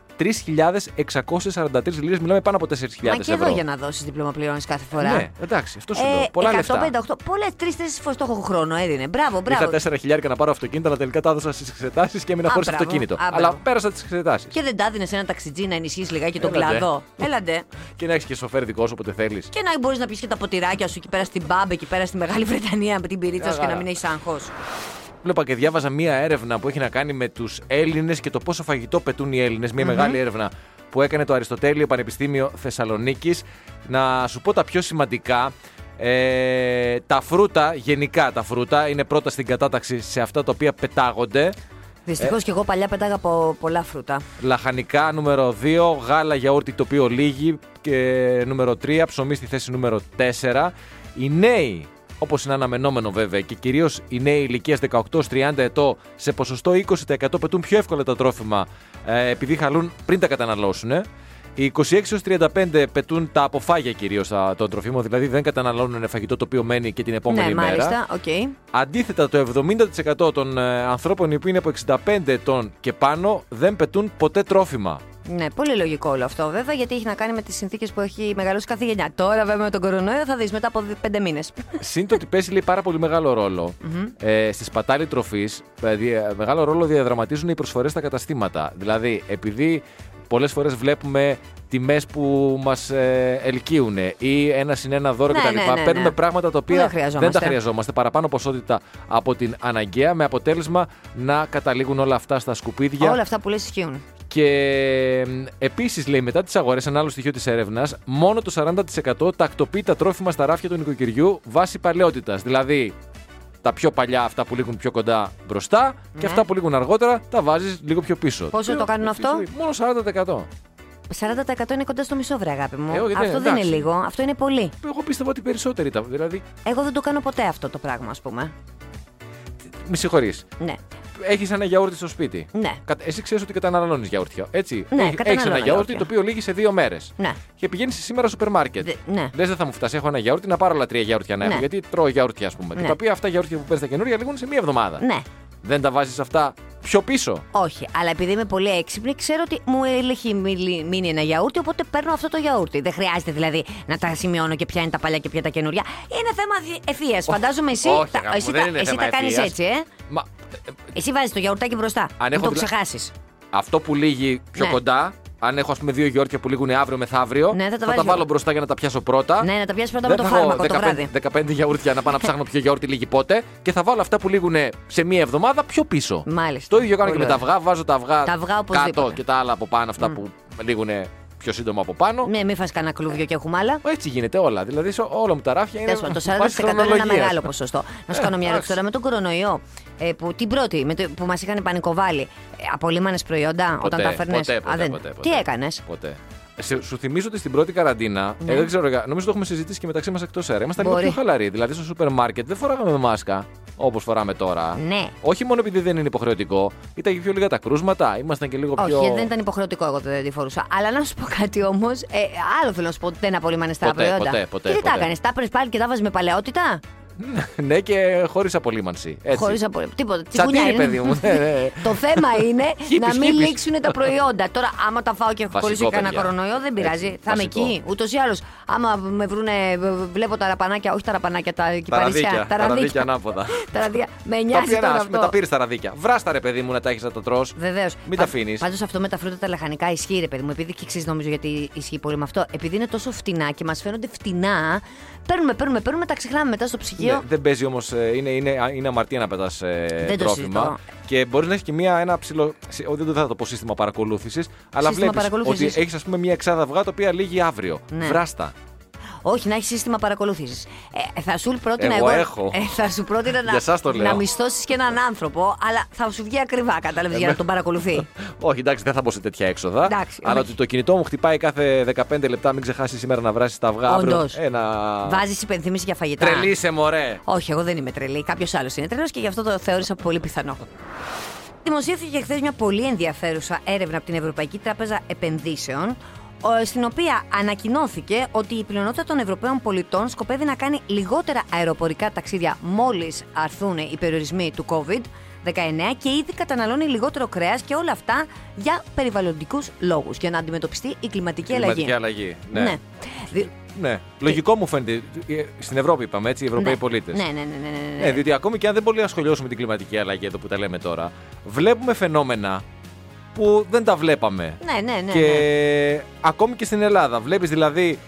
C: 3.643 λίρε. Μιλάμε πάνω από 4.000
B: Μα και
C: ευρώ.
B: εδώ για να δώσεις δίπλωμα πληρώνεις κάθε φορά.
C: Ναι, εντάξει, αυτό σου
B: Ε,
C: λέω. Πολλά
B: 158,
C: λεφτά.
B: πολλέ τρει-τέσσερι φορές το έχω χρόνο έδινε. Μπράβο, μπράβο.
C: Είχα 4 χιλιάρικα να πάρω αυτοκίνητα, αλλά τελικά τα έδωσα στις εξετάσεις και έμεινα
B: Α,
C: χωρίς
B: μπράβο.
C: αυτοκίνητο.
B: Α,
C: Αλλά
B: μπράβο.
C: πέρασα τις εξετάσεις.
B: Και δεν τα έδινες σε ένα ταξιτζί να ενισχύσεις λιγάκι τον
C: Έλατε.
B: κλαδό. Έλαντε.
C: Και να έχεις και σοφέρ δικό σου όποτε θέλεις.
B: Και να μπορείς να πεις και τα ποτηράκια σου εκεί πέρα στην Μπάμπ, εκεί πέρα στη Μεγάλη Βρετανία με την πυρίτσα σου και να
C: Καλά.
B: μην έχεις άγχος.
C: Βλέπα και διάβαζα μία έρευνα που έχει να κάνει με τους Έλληνες και το πόσο φαγητό πετούν οι Έλληνες. Μία μεγάλη έρευνα που έκανε το Αριστοτέλειο Πανεπιστήμιο Θεσσαλονίκης. Να σου πω τα πιο σημαντικά. Ε, τα φρούτα, γενικά τα φρούτα, είναι πρώτα στην κατάταξη σε αυτά τα οποία πετάγονται.
B: Δυστυχώς και εγώ παλιά πετάγα πο- πολλά φρούτα.
C: Λαχανικά νούμερο 2, γάλα γιαούρτι το οποίο λύγει και νούμερο 3, ψωμί στη θέση νούμερο 4. Οι νέοι, όπως είναι αναμενόμενο βέβαια, και κυρίως οι νέοι ηλικίας 18-30 ετών, σε ποσοστό 20% πετούν πιο εύκολα τα τρόφιμα ε, επειδή χαλούν πριν τα καταναλώσουν. Ε. Οι 26-35 πετούν τα αποφάγια κυρίως των τροφίμων, δηλαδή δεν καταναλώνουν φαγητό το οποίο μένει και την επόμενη
B: ναι,
C: μέρα.
B: μάλιστα. Οκ.
C: Αντίθετα, το 70% των ε, ανθρώπων οι οποίοι είναι από 65 ετών και πάνω δεν πετούν ποτέ τρόφιμα.
B: Ναι, πολύ λογικό όλο αυτό βέβαια, γιατί έχει να κάνει με τις συνθήκες που έχει μεγαλώσει κάθε γενιά. Τώρα βέβαια με τον κορονοϊό θα δεις μετά από δι- πέντε μήνες.
C: Συν το ότι παίζει λέει, πάρα πολύ μεγάλο ρόλο ε, στη σπατάλη τροφής. ε, Μεγάλο ρόλο διαδραματίζουν οι προσφορές στα καταστήματα. Δηλαδή, επειδή πολλές φορές βλέπουμε τιμές που μας ε, ελκύουν ή ένα συν ένα δώρο
B: Ναι,
C: κτλ.
B: ναι, ναι, ναι.
C: Παίρνουμε πράγματα τα οποία
B: Δεν χρειαζόμαστε.
C: τα χρειαζόμαστε. Παραπάνω ποσότητα από την αναγκαία, με αποτέλεσμα να καταλήγουν όλα αυτά στα σκουπίδια.
B: Όλα αυτά που λες ισχύουν.
C: Και επίσης, λέει, μετά τις αγορές, ένα άλλο στοιχείο της έρευνας, μόνο το 40% τακτοποιεί τα τρόφιμα στα ράφια του νοικοκυριού βάσει παλαιότητας. Δηλαδή, τα πιο παλιά, αυτά που λήγουν πιο κοντά μπροστά, και αυτά που λήγουν αργότερα, τα βάζεις λίγο πιο πίσω.
B: Ναι. Πόσο
C: Πιο-
B: το κάνουν αυτό?
C: Μόνο 40%.
B: 40% είναι κοντά στο μισό, βρε αγάπη μου.
C: Ε, όχι, δεν-
B: αυτό δεν είναι
C: εντάξει.
B: λίγο, αυτό είναι πολύ.
C: Εγώ πίστευα ότι περισσότεροι τα. Δηλαδή,
B: Εγώ δεν το κάνω ποτέ αυτό το πράγμα, ας πούμε.
C: με συγχωρείς.
B: Ναι.
C: Έχεις ένα γιαούρτι στο σπίτι.
B: Ναι.
C: Κατα- Εσύ ξέρεις ότι καταναλώνεις γιαούρτια. Έτσι.
B: Ναι,
C: Έχει
B: καταναλώνω
C: ένα γιαούρτι
B: γιαούρτια.
C: το οποίο λύγει σε δύο μέρες.
B: Ναι.
C: Και πηγαίνεις σήμερα σούπερ μάρκετ.
B: Δε- ναι.
C: Λες, δεν θα μου φτάσει. Έχω ένα γιαούρτι να πάρω άλλα τρία γιαούρτια να έχω.
B: Ναι.
C: Γιατί τρώω γιαούρτια, ας πούμε. Και
B: Ναι.
C: τα οποία αυτά γιαούρτια που παίρνεις τα καινούργια λήγουν σε μία εβδομάδα.
B: Ναι.
C: Δεν τα βάζεις αυτά πιο πίσω.
B: Όχι, αλλά επειδή είμαι πολύ έξυπνη, ξέρω ότι μου έχει μειλι- μείνει ένα γιαούρτι, οπότε παίρνω αυτό το γιαούρτι. Δεν χρειάζεται δηλαδή να τα σημειώνω και ποια είναι τα παλιά και ποια τα καινούργια. Είναι θέμα ευθεία. Φαντάζομαι εσύ,
C: όχι,
B: τα,
C: αγάπη μου,
B: εσύ,
C: δεν
B: τα-
C: είναι
B: εσύ
C: θέμα
B: τα κάνεις
C: ευθείας.
B: έτσι, ε.
C: Μα ε,
B: Εσύ βάζεις το γιαουρτάκι μπροστά. Μην
C: έχω
B: το
C: δηλα-
B: ξεχάσεις.
C: αυτό που λύγει πιο
B: Ναι.
C: κοντά, αν έχω ας πούμε δύο γιαούρτια που λήγουν αύριο μεθαύριο,
B: Ναι, θα τα
C: θα τα
B: βάζεις
C: βάλω
B: λίγο.
C: μπροστά για να τα πιάσω πρώτα.
B: Ναι, να τα πιάσεις πρώτα με
C: Δεν
B: το
C: θα έχω
B: φάρμακο το
C: 15,
B: βράδυ.
C: 15 γιαούρτια να πάω να ψάχνω ποιο γιαούρτι λύγει πότε και θα βάλω αυτά που λήγουν σε μία εβδομάδα πιο πίσω.
B: Μάλιστα.
C: Το ίδιο κάνω και
B: Πολύ
C: με τα
B: ωραία.
C: αυγά. Βάζω τα αυγά,
B: Τα αυγά
C: κάτω
B: οπωσδήποτε.
C: και τα άλλα από πάνω, αυτά που λήγουν πιο σύντομα από πάνω.
B: Ναι, μην φας κανένα κλούβιο και έχουμε άλλα.
C: Έτσι γίνεται όλα. Δηλαδή σε όλα μου τα ράφια είναι.
B: Τέλος πάντων,
C: βάση
B: το 40% είναι ένα
C: χρονολογίας.
B: μεγάλο ποσοστό. Να σου κάνω μια ερώτηση
C: εντάξει.
B: τώρα με τον κορονοϊό. ε, που, την πρώτη με το- που μας είχαν πανικοβάλει. Ε, απολύμανες προϊόντα
C: Ποτέ,
B: όταν τα φέρνες.
C: Ποτέ, ποτέ, ποτέ, ποτέ.
B: Τι έκανες.
C: Ποτέ. Σε- σου θυμίζω ότι στην πρώτη καραντίνα.
B: Ναι.
C: Ε, δεν ξέρω, νομίζω το έχουμε συζητήσει και μεταξύ μας εκτός αέρα. Ήμασταν λίγο
B: Μπορεί.
C: πιο χαλαροί. Δηλαδή στο σούπερ μάρκετ δεν φοράγαμε μάσκα όπως φοράμε τώρα.
B: Ναι.
C: Όχι μόνο επειδή δεν είναι υποχρεωτικό, ήταν και πιο λίγα τα κρούσματα. Ήμασταν και λίγο πιο.
B: Όχι, δεν ήταν υποχρεωτικό, εγώ δεν τη φορούσα. Αλλά να σου πω κάτι όμως. Ε, άλλο θέλω να σου πω ότι δεν απολύμανε τα
C: Ποτέ,
B: προϊόντα.
C: ποτέ, ποτέ,
B: και τι τα
C: ποτέ.
B: έκανες, τα έπαιρνες πάλι και τα βάζεις με παλαιότητα.
C: ναι, και χωρίς απολύμανση. Έτσι.
B: Χωρίς απολύμανση. Τίποτα.
C: Τσατήρι,
B: τσιγκουνιά είναι.
C: παιδί μου, ναι, ναι.
B: το θέμα είναι να
C: Χίπης,
B: μην
C: χίπης.
B: λήξουν τα προϊόντα. Τώρα, άμα τα φάω και έχω
C: Βασικό,
B: χωρίσει κανένα
C: παιδιά.
B: κορονοϊό, δεν πειράζει.
C: Έτσι,
B: θα είμαι
C: βασικό.
B: εκεί. Ούτως ή άλλως, άμα με βρούνε, βλέπω τα ραπανάκια, όχι τα ραπανάκια, τα
C: Τα
B: κυπαρισιά.
C: ραδίκια, τα ραδίκια ανάποδα.
B: Τα ραδίκια. Με
C: Τα
B: νοιάζει τώρα
C: πιερά, με τα
B: αυτό.
C: πήρες τα ραδίκια. Βράστα ρε παιδί μου να τα έχεις να τα τρώ.
B: Βεβαίως.
C: Μην τα αφήνεις.
B: Πάντως αυτό με τα φρούτα τα λαχανικά ισχύει, ρε παιδί μου. Επειδή και εξή νομίζω γιατί ισχύει πολύ με αυτό. Επειδή είναι τόσο φτηνά και μας φαίνονται φτηνά, παίρνουμε, παίρνουμε, παίρνουμε, τα ξεχνάμε μετά στο ψυγείο.
C: Ναι, δεν παίζει όμως. Είναι, είναι, είναι αμαρτία να πετάς
B: το συζητώ.
C: τρόφιμα. Και μπορεί να έχει και μία, ένα ψηλό. συ- ο, Δεν θα το πω σύστημα παρακολούθησης. Αλλά
B: Σύστημα
C: βλέπεις ότι
B: παρακολούθησης.
C: έχεις, ας πούμε, μία εξάδα αυγά τα οποία λύγει αύριο.
B: Ναι.
C: Βράστα.
B: Όχι, να έχεις σύστημα παρακολούθησης. Ε, θα σου πρότεινα
C: Εγώ
B: εγώ.
C: έχω.
B: Ε, θα σου πρότεινα
C: Για
B: να,
C: σας το λέω.
B: να μισθώσεις και έναν άνθρωπο, αλλά θα σου βγει ακριβά,
C: Ε,
B: κατάλαβες, για να τον παρακολουθεί.
C: Όχι, εντάξει, δεν θα μπω σε τέτοια έξοδα.
B: Εντάξει,
C: αλλά
B: όχι.
C: ότι το κινητό μου χτυπάει κάθε 15 λεπτά, μην ξεχάσεις σήμερα να βράσει τα αυγά. αύριο.
B: Όντως.
C: Ένα.
B: Βάζεις υπενθύμηση για φαγητά.
C: Τρελήσε, μωρέ.
B: Όχι, εγώ δεν είμαι τρελή. Κάποιος άλλος είναι τρελός και γι' αυτό το θεώρησα πολύ πιθανό. Δημοσιεύθηκε χθες μια πολύ ενδιαφέρουσα έρευνα από την Ευρωπαϊκή Τράπεζα Επενδύσεων, ο- στην οποία ανακοινώθηκε ότι η πλειονότητα των Ευρωπαίων πολιτών σκοπεύει να κάνει λιγότερα αεροπορικά ταξίδια μόλις αρθούν οι περιορισμοί του COVID-19 και ήδη καταναλώνει λιγότερο κρέας και όλα αυτά για περιβαλλοντικούς λόγους, για να αντιμετωπιστεί η κλιματική αλλαγή.
C: Κλιματική αλλαγή. Ναι.
B: Ναι. Δι-
C: Ναι. Λογικό μου φαίνεται. Ε, Στην Ευρώπη είπαμε έτσι, οι Ευρωπαίοι
B: ναι.
C: πολίτες.
B: Ναι, ναι, ναι, ναι, ναι, ναι.
C: Ναι, διότι ακόμη και αν δεν πολύ ασχολιώσουμε την κλιματική αλλαγή εδώ που τα λέμε τώρα, βλέπουμε φαινόμενα που δεν τα βλέπαμε.
B: Ναι, ναι, ναι,
C: και
B: ναι.
C: ακόμη και στην Ελλάδα. Βλέπεις δηλαδή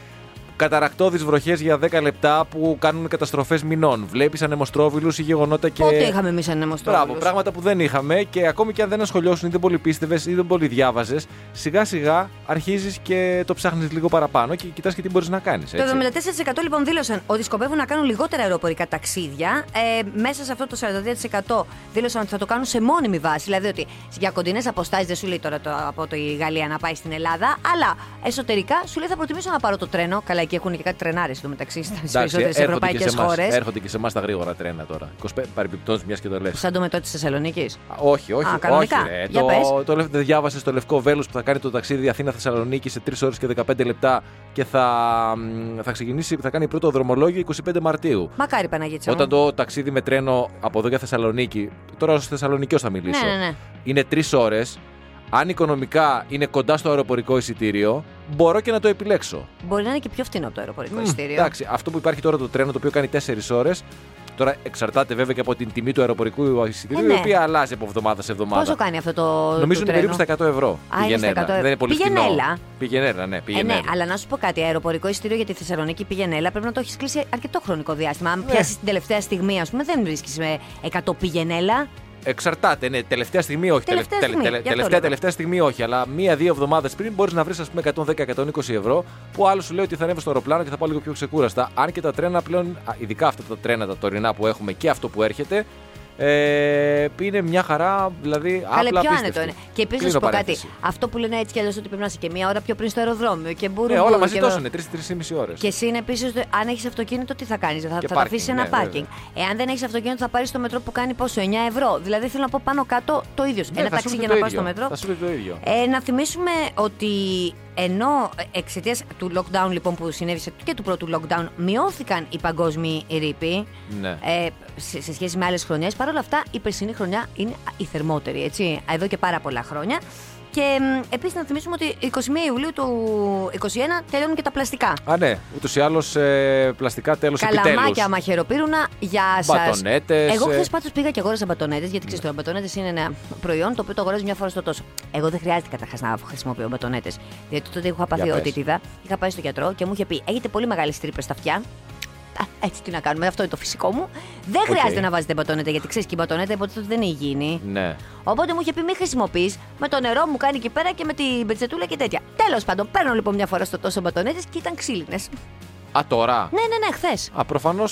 C: Καταρακτώδεις βροχές για 10 λεπτά που κάνουν καταστροφές μηνών. Βλέπεις ανεμοστρόβιλους ή γεγονότα και.
B: Πότε είχαμε εμείς ανεμοστρόβιλους.
C: Μπράβο, πράγματα που δεν είχαμε και ακόμη και αν δεν ασχολιώσουν ή δεν πολύ πίστευες ή δεν πολύ διάβαζες, σιγά σιγά αρχίζεις και το ψάχνεις λίγο παραπάνω και κοιτάς και τι μπορείς να κάνεις.
B: Το 74% λοιπόν δήλωσαν ότι σκοπεύουν να κάνουν λιγότερα αεροπορικά ταξίδια. Ε, μέσα σε αυτό το 42% δήλωσαν ότι θα το κάνουν σε μόνιμη βάση. Δηλαδή ότι για κοντινές αποστάσεις δεν σου λέει τώρα το, από το η Γαλλία να πάει στην Ελλάδα, αλλά εσωτερικά σου λέει θα προτιμήσω να πάρω το τρένο. Καλά, εκεί έχουν και κάτι τρενάρε εδώ μεταξύ στις περισσότερε ευρωπαϊκέ χώρες.
C: Έρχονται και σε εμάς τα γρήγορα τρένα τώρα. 25 παρεμπιπτώσει, μιας και το λες.
B: Σαν το μετώ της Θεσσαλονίκης.
C: Όχι, όχι.
B: Α,
C: όχι
B: κανονικά.
C: ρε.
B: Για
C: το,
B: πες.
C: το, το διάβασε στο λευκό βέλος που θα κάνει το ταξίδι Αθήνα-Θεσσαλονίκη σε 3 ώρες και 15 λεπτά και θα, μ, θα ξεκινήσει, θα κάνει πρώτο δρομολόγιο 25 Μαρτίου.
B: Μακάρι Παναγίτσα. μου.
C: Όταν το ταξίδι με τρένο από εδώ για Θεσσαλονίκη, τώρα ως Θεσσαλονικιός θα μιλήσω,
B: Ναι, ναι, ναι.
C: είναι 3 ώρες. Αν οικονομικά είναι κοντά στο αεροπορικό εισιτήριο, μπορώ και να το επιλέξω.
B: Μπορεί να είναι και πιο φθηνό από το αεροπορικό
C: Μμμ,
B: εισιτήριο.
C: Εντάξει, αυτό που υπάρχει τώρα το τρένο το οποίο κάνει 4 ώρες. Τώρα εξαρτάται βέβαια και από την τιμή του αεροπορικού εισιτήριου,
B: Ε, ναι.
C: η οποία αλλάζει από εβδομάδα σε εβδομάδα.
B: Πόσο κάνει αυτό το.
C: Νομίζω
B: το
C: είναι περίπου
B: τρένο?
C: στα 100 ευρώ.
B: Α, είναι στα 100 ευρώ.
C: Δεν είναι πολύ
B: Πήγαινε
C: φθηνό.
B: έλα.
C: Πήγαινε έλα, ναι,
B: Ε,
C: πήγαινε.
B: ναι,
C: έλα.
B: αλλά να σου πω κάτι. Αεροπορικό εισιτήριο για τη Θεσσαλονίκη πήγαινε, αλλά πρέπει να το έχεις κλείσει αρκετό χρονικό διάστημα.
C: Ναι.
B: Αν πιάσεις την τελευταία στιγμή, ας πούμε, δεν βρίσκεις με 100 πηγενέλα.
C: Εξαρτάται, ναι. Τελευταία στιγμή όχι.
B: Τελευταία
C: Τελε-
B: στιγμή,
C: τελε-
B: γι' αυτό
C: τελευταία,
B: λέω.
C: τελευταία στιγμή όχι. Αλλά μία-δύο εβδομάδες πριν μπορείς να βρεις, ας πούμε, 110-120 ευρώ που άλλο σου λέει ότι θα ανέβω στο αεροπλάνο και θα πάω λίγο πιο ξεκούραστα. Αν και τα τρένα πλέον, α, ειδικά αυτά τα τρένα τα τωρινά που έχουμε και αυτό που έρχεται, ε, είναι μια χαρά, δηλαδή
B: Αλλά
C: απλά
B: πιο
C: απίστευτη.
B: άνετο είναι. Και επίσης να σου
C: Κλείνω
B: πω κάτι.
C: παρένθεση.
B: Αυτό που λένε έτσι κι αλλιώς ότι πρέπει να είσαι και μία ώρα πιο πριν στο αεροδρόμιο και μπούρου.
C: Ναι, όλα
B: μπούρου
C: μαζί
B: και-
C: τόσο είναι, 3-3,5 ώρες.
B: Και εσύ είναι επίσης, αν έχεις αυτοκίνητο, τι θα κάνεις, θα,
C: Και
B: θα τα
C: πάρκινγκ,
B: αφήσεις ένα
C: ναι,
B: πάρκινγκ. Εάν δεν έχεις αυτοκίνητο, θα πάρεις το μετρό που κάνει πόσο, 9 ευρώ. Δηλαδή θέλω να πω πάνω κάτω το ίδιο.
C: Ναι,
B: σου. ένα ταξί για να πα στο μετρό.
C: Θα σου πει το ίδιο.
B: Ε, να θυμίσουμε ότι ενώ εξαιτίας του lockdown λοιπόν που συνέβη σε- και του πρώτου lockdown μειώθηκαν οι παγκόσμιοι ρήποι
C: Ναι.
B: ε, σε, σε σχέση με άλλες χρονιές, παρόλα αυτά η περσινή χρονιά είναι η θερμότερη, έτσι, εδώ και πάρα πολλά χρόνια. Και επίσης να θυμίσουμε ότι 21 Ιουλίου του 2021 τελειώνουν και τα πλαστικά.
C: Α, ναι. Ούτως ή άλλως πλαστικά τέλος
B: Καλαμάκια, μαχαιροπύρουνα, γεια σας.
C: Μπατονέτες,
B: Εγώ χθε
C: ε.
B: πάντως πήγα και αγόρασα μπατονέτες, γιατί ξέρεις τώρα, μπατονέτες είναι ένα προϊόν το οποίο το αγοράζεις μια φορά στο τόσο. Εγώ δεν χρειάζεται καταρχάς να χρησιμοποιώ μπατονέτες. Διότι τότε είχα πάθει
C: Για πες.
B: οτίτιδα, είχα πάει στο γιατρό και μου είχε πει: Έχετε πολύ μεγάλες τρύπες στα αυτιά. Α, Έτσι τι να κάνουμε, αυτό είναι το φυσικό μου. Δεν
C: Οκ.
B: χρειάζεται να βάζετε μπατονέτα, γιατί ξέρεις και η μπατονέτα υποτίθεται ότι δεν είναι υγιεινή.
C: Ναι.
B: Οπότε μου είχε πει: Μην χρησιμοποιείς με το νερό μου κάνει εκεί πέρα και με την πετσετούλα και τέτοια. Τέλος πάντων, παίρνω λοιπόν μια φορά στο τόσο μπατονέτε και ήταν ξύλινες.
C: Α, τώρα.
B: Ναι, ναι, ναι, χθες.
C: Α, προφανώς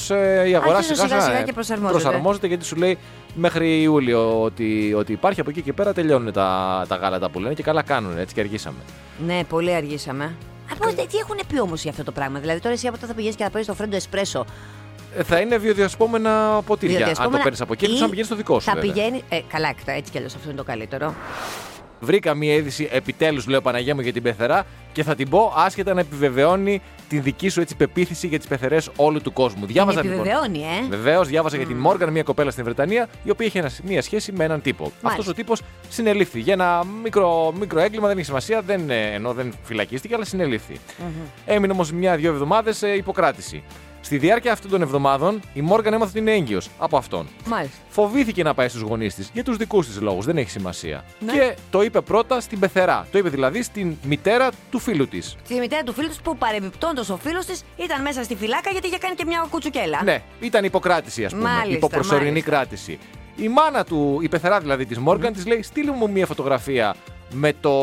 C: η αγορά
B: Αρχίζουν
C: σιγά
B: σιγά-σιγά
C: ε,
B: και προσαρμόζονται.
C: προσαρμόζεται γιατί σου λέει μέχρι Ιούλιο ότι, ότι υπάρχει. Από εκεί και πέρα τελειώνουν τα, τα γάλατα που λένε και καλά κάνουν. Έτσι και αργήσαμε.
B: Ναι, πολύ αργήσαμε. Από τι έχουν πει όμως για αυτό το πράγμα. Δηλαδή, τώρα εσύ από τότε θα πηγαίνεις και θα παίρνει το φρέντο εσπρέσο.
C: Ε, θα είναι βιοδιασπόμενα ποτήρια. Αν
B: Διαδιασπόμενα.
C: το παίρνεις από εκεί,
B: Ή
C: εκτό αν πηγαίνεις στο δικό σου.
B: Θα
C: βέβαια.
B: πηγαίνει. Ε, καλά, εκτα- έτσι κι αλλιώς αυτό είναι το καλύτερο.
C: Βρήκα μία είδηση, επιτέλους λέω Παναγία μου για την πεθερά και θα την πω άσχετα να επιβεβαιώνει την δική σου έτσι πεποίθηση για τις πεθερές όλου του κόσμου.
B: Με
C: Διάβαζα λοιπόν.
B: επιβεβαιώνει, ε.
C: Βεβαίως, διάβασα για την Μόργαν, μια κοπέλα στην Βρετανία, η οποία είχε ένα- μια σχέση με έναν τύπο. Αυτός ο τύπος συνελήφθη για ένα μικρό, μικρό έγκλημα, δεν έχει σημασία, δεν, ε, ενώ δεν φυλακίστηκε, αλλά συνελήφθη. Έμεινε όμως μια-δύο εβδομάδες ε, υποκράτηση. Στη διάρκεια αυτών των εβδομάδων, η Μόργαν έμαθε ότι είναι έγκυος από αυτόν.
B: Μάλιστα.
C: Φοβήθηκε να πάει στους γονείς της για τους δικούς της λόγους, δεν έχει σημασία. Και το είπε πρώτα στην πεθερά. Το είπε δηλαδή στην μητέρα του φίλου της.
B: Τη μητέρα του φίλου της που παρεμπιπτόντως ο φίλος της ήταν μέσα στη φυλάκα γιατί είχε κάνει και μια κουτσουκέλα.
C: Ναι, ήταν υποκράτηση, ας πούμε.
B: Μάλιστα,
C: υποπροσωρινή
B: μάλιστα.
C: κράτηση. Η μάνα του, η πεθερά δηλαδή της Μόργαν, της λέει: Στείλ μου μία φωτογραφία με το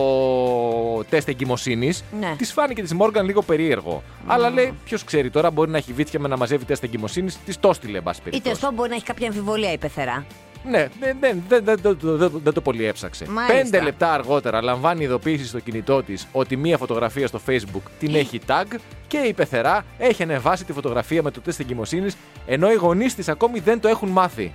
C: τεστ εγκυμοσύνης.
B: Ναι.
C: Της φάνηκε της Μόργαν λίγο περίεργο. Αλλά λέει: Ποιος ξέρει τώρα, μπορεί να έχει βίτσια με να μαζεύει τεστ εγκυμοσύνης. Της το στείλε, εν πάση
B: Είτε
C: περιπτώσει.
B: αυτό μπορεί να έχει κάποια αμφιβολία η πεθερά.
C: Ναι, ναι, ναι, δεν, δεν, δεν, δεν, δεν- δεν το πολύ έψαξε.
B: Μάλιστα.
C: Πέντε λεπτά αργότερα λαμβάνει ειδοποίηση στο κινητό της ότι μία φωτογραφία στο Facebook την έχει tag και η πεθερά έχει ανεβάσει τη φωτογραφία με το τεστ εγκυμοσύνης, ενώ οι γονείς της ακόμη δεν το έχουν μάθει.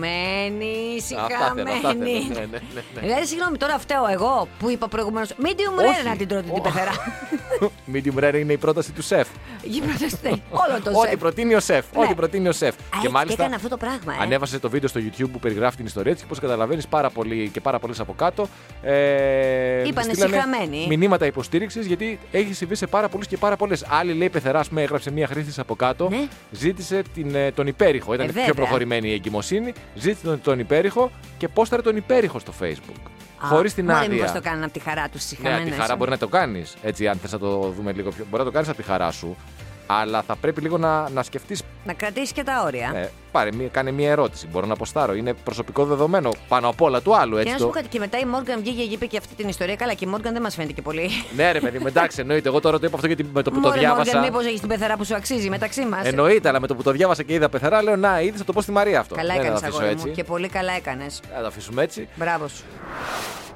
B: Συχαμένη,
C: Αυτά θέλω, αυτά θέλω.
B: συχαμένη.
C: Ναι, ναι, ναι, ναι.
B: Δηλαδή, συγγνώμη, τώρα φταίω εγώ που είπα προηγουμένως. Μην τη
C: Όχι.
B: να την τρώτε την
C: Ω.
B: πεθερά.
C: Medium rare είναι η πρόταση του σεφ.
B: Γι' προτεστεί. Όλο το
C: Ό,τι
B: σεφ.
C: προτείνει ο σεφ.
B: Ναι.
C: Ό,τι προτείνει ο σεφ.
B: Α, έτσι έκανε αυτό το πράγμα, ε.
C: Ανέβασε το βίντεο στο YouTube που περιγράφει την ιστορία της και όπω καταλαβαίνεις πάρα πολύ και πάρα πολλές από κάτω. Ε,
B: Είπανε
C: στείλανε
B: συγχαμένοι.
C: Μηνύματα υποστήριξης γιατί έχει συμβεί σε πάρα πολλούς και πάρα πολλές. Άλλη λέει πεθερά, ας πούμε, έγραψε μία χρήστης από κάτω.
B: Ναι.
C: Ζήτησε την, ε, τον υπέρηχο. Ήταν
B: Ε,
C: η
B: βέβαια.
C: πιο προχωρημένη η εγκυμοσύνη. Ζήτησε τον, τον υπέρηχο και πόσταρε τον υπέρηχο στο Facebook. χωρίς την άδεια.
B: Μήπως το κάνανε από τη χαρά τους
C: Ναι,
B: συγχαμένα.
C: από τη χαρά μπορεί να το κάνεις. Έτσι, αν θες να το δούμε λίγο πιο. Μπορεί να το κάνεις από τη χαρά σου. Αλλά θα πρέπει λίγο να, να σκεφτείς.
B: Να κρατήσεις και τα όρια.
C: Ε, πάρε, μία, κάνε μία ερώτηση. Μπορώ να αποστάρω. Είναι προσωπικό δεδομένο. Πάνω απ' όλα του άλλου.
B: και
C: Έτσι
B: να σου
C: το...
B: πω κάτι, και μετά η Μόργαν βγήκε και είπε και αυτή την ιστορία. Καλά, και η Μόργαν δεν μας φαίνεται και πολύ.
C: Ναι, ρε παιδί, μου, εντάξει, εννοείται. Εγώ τώρα το είπα αυτό γιατί με το που το
B: Μόρε,
C: διάβασα.
B: Μόργαν, μήπως έχεις την πεθερά που σου αξίζει μεταξύ μας.
C: Εννοείται, αλλά με το που το διάβασα και είδα πεθερά, λέω Να, είδες, θα το πω στη Μαρία αυτό.
B: Καλά
C: Δεν
B: έκανες
C: θα το αφήσω
B: αγόρι μου
C: έτσι.
B: και πολύ καλά έκανες.
C: Θα το αφήσουμε έτσι.
B: Μπράβο σου.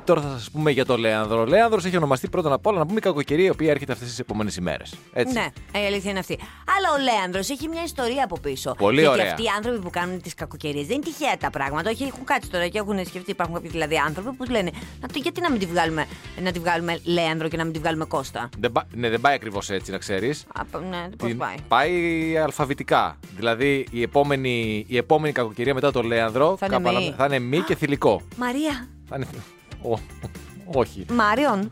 C: Τώρα θα σας πούμε για το Λέανδρο. Ο Λέανδρος έχει ονομαστεί πρώτα απ' όλα να πούμε η κακοκαιρία η οποία έρχεται αυτές τις επόμενες ημέρες. Έτσι.
B: Ναι, ε, η αλήθεια είναι αυτή. Αλλά ο Λέανδρος έχει μια ιστορία από πίσω.
C: Πολύ
B: Γιατί
C: ωραία.
B: αυτοί οι άνθρωποι που κάνουν τις κακοκαιρίες δεν είναι τυχαία τα πράγματα. Όχι, έχουν κάτσει τώρα και έχουν σκεφτεί. Υπάρχουν κάποιοι δηλαδή άνθρωποι που λένε «Να το- Γιατί να μην τη βγάλουμε, να τη βγάλουμε Λέανδρο και να μην τη βγάλουμε Κώστα.
C: Δεν, πα- ναι, δεν πάει ακριβώς έτσι, να ξέρεις.
B: Α, ναι, πώς
C: Την-
B: πάει.
C: πάει αλφαβητικά. Δηλαδή η επόμενη, η επόμενη κακοκαιρία μετά το Λέανδρο
B: Θα είναι
C: κάπου
B: μη.
C: αναμε- θα είναι μη και θηλυκό.
B: Μαρία.
C: Θα είναι... Ω, όχι.
B: Μάριον.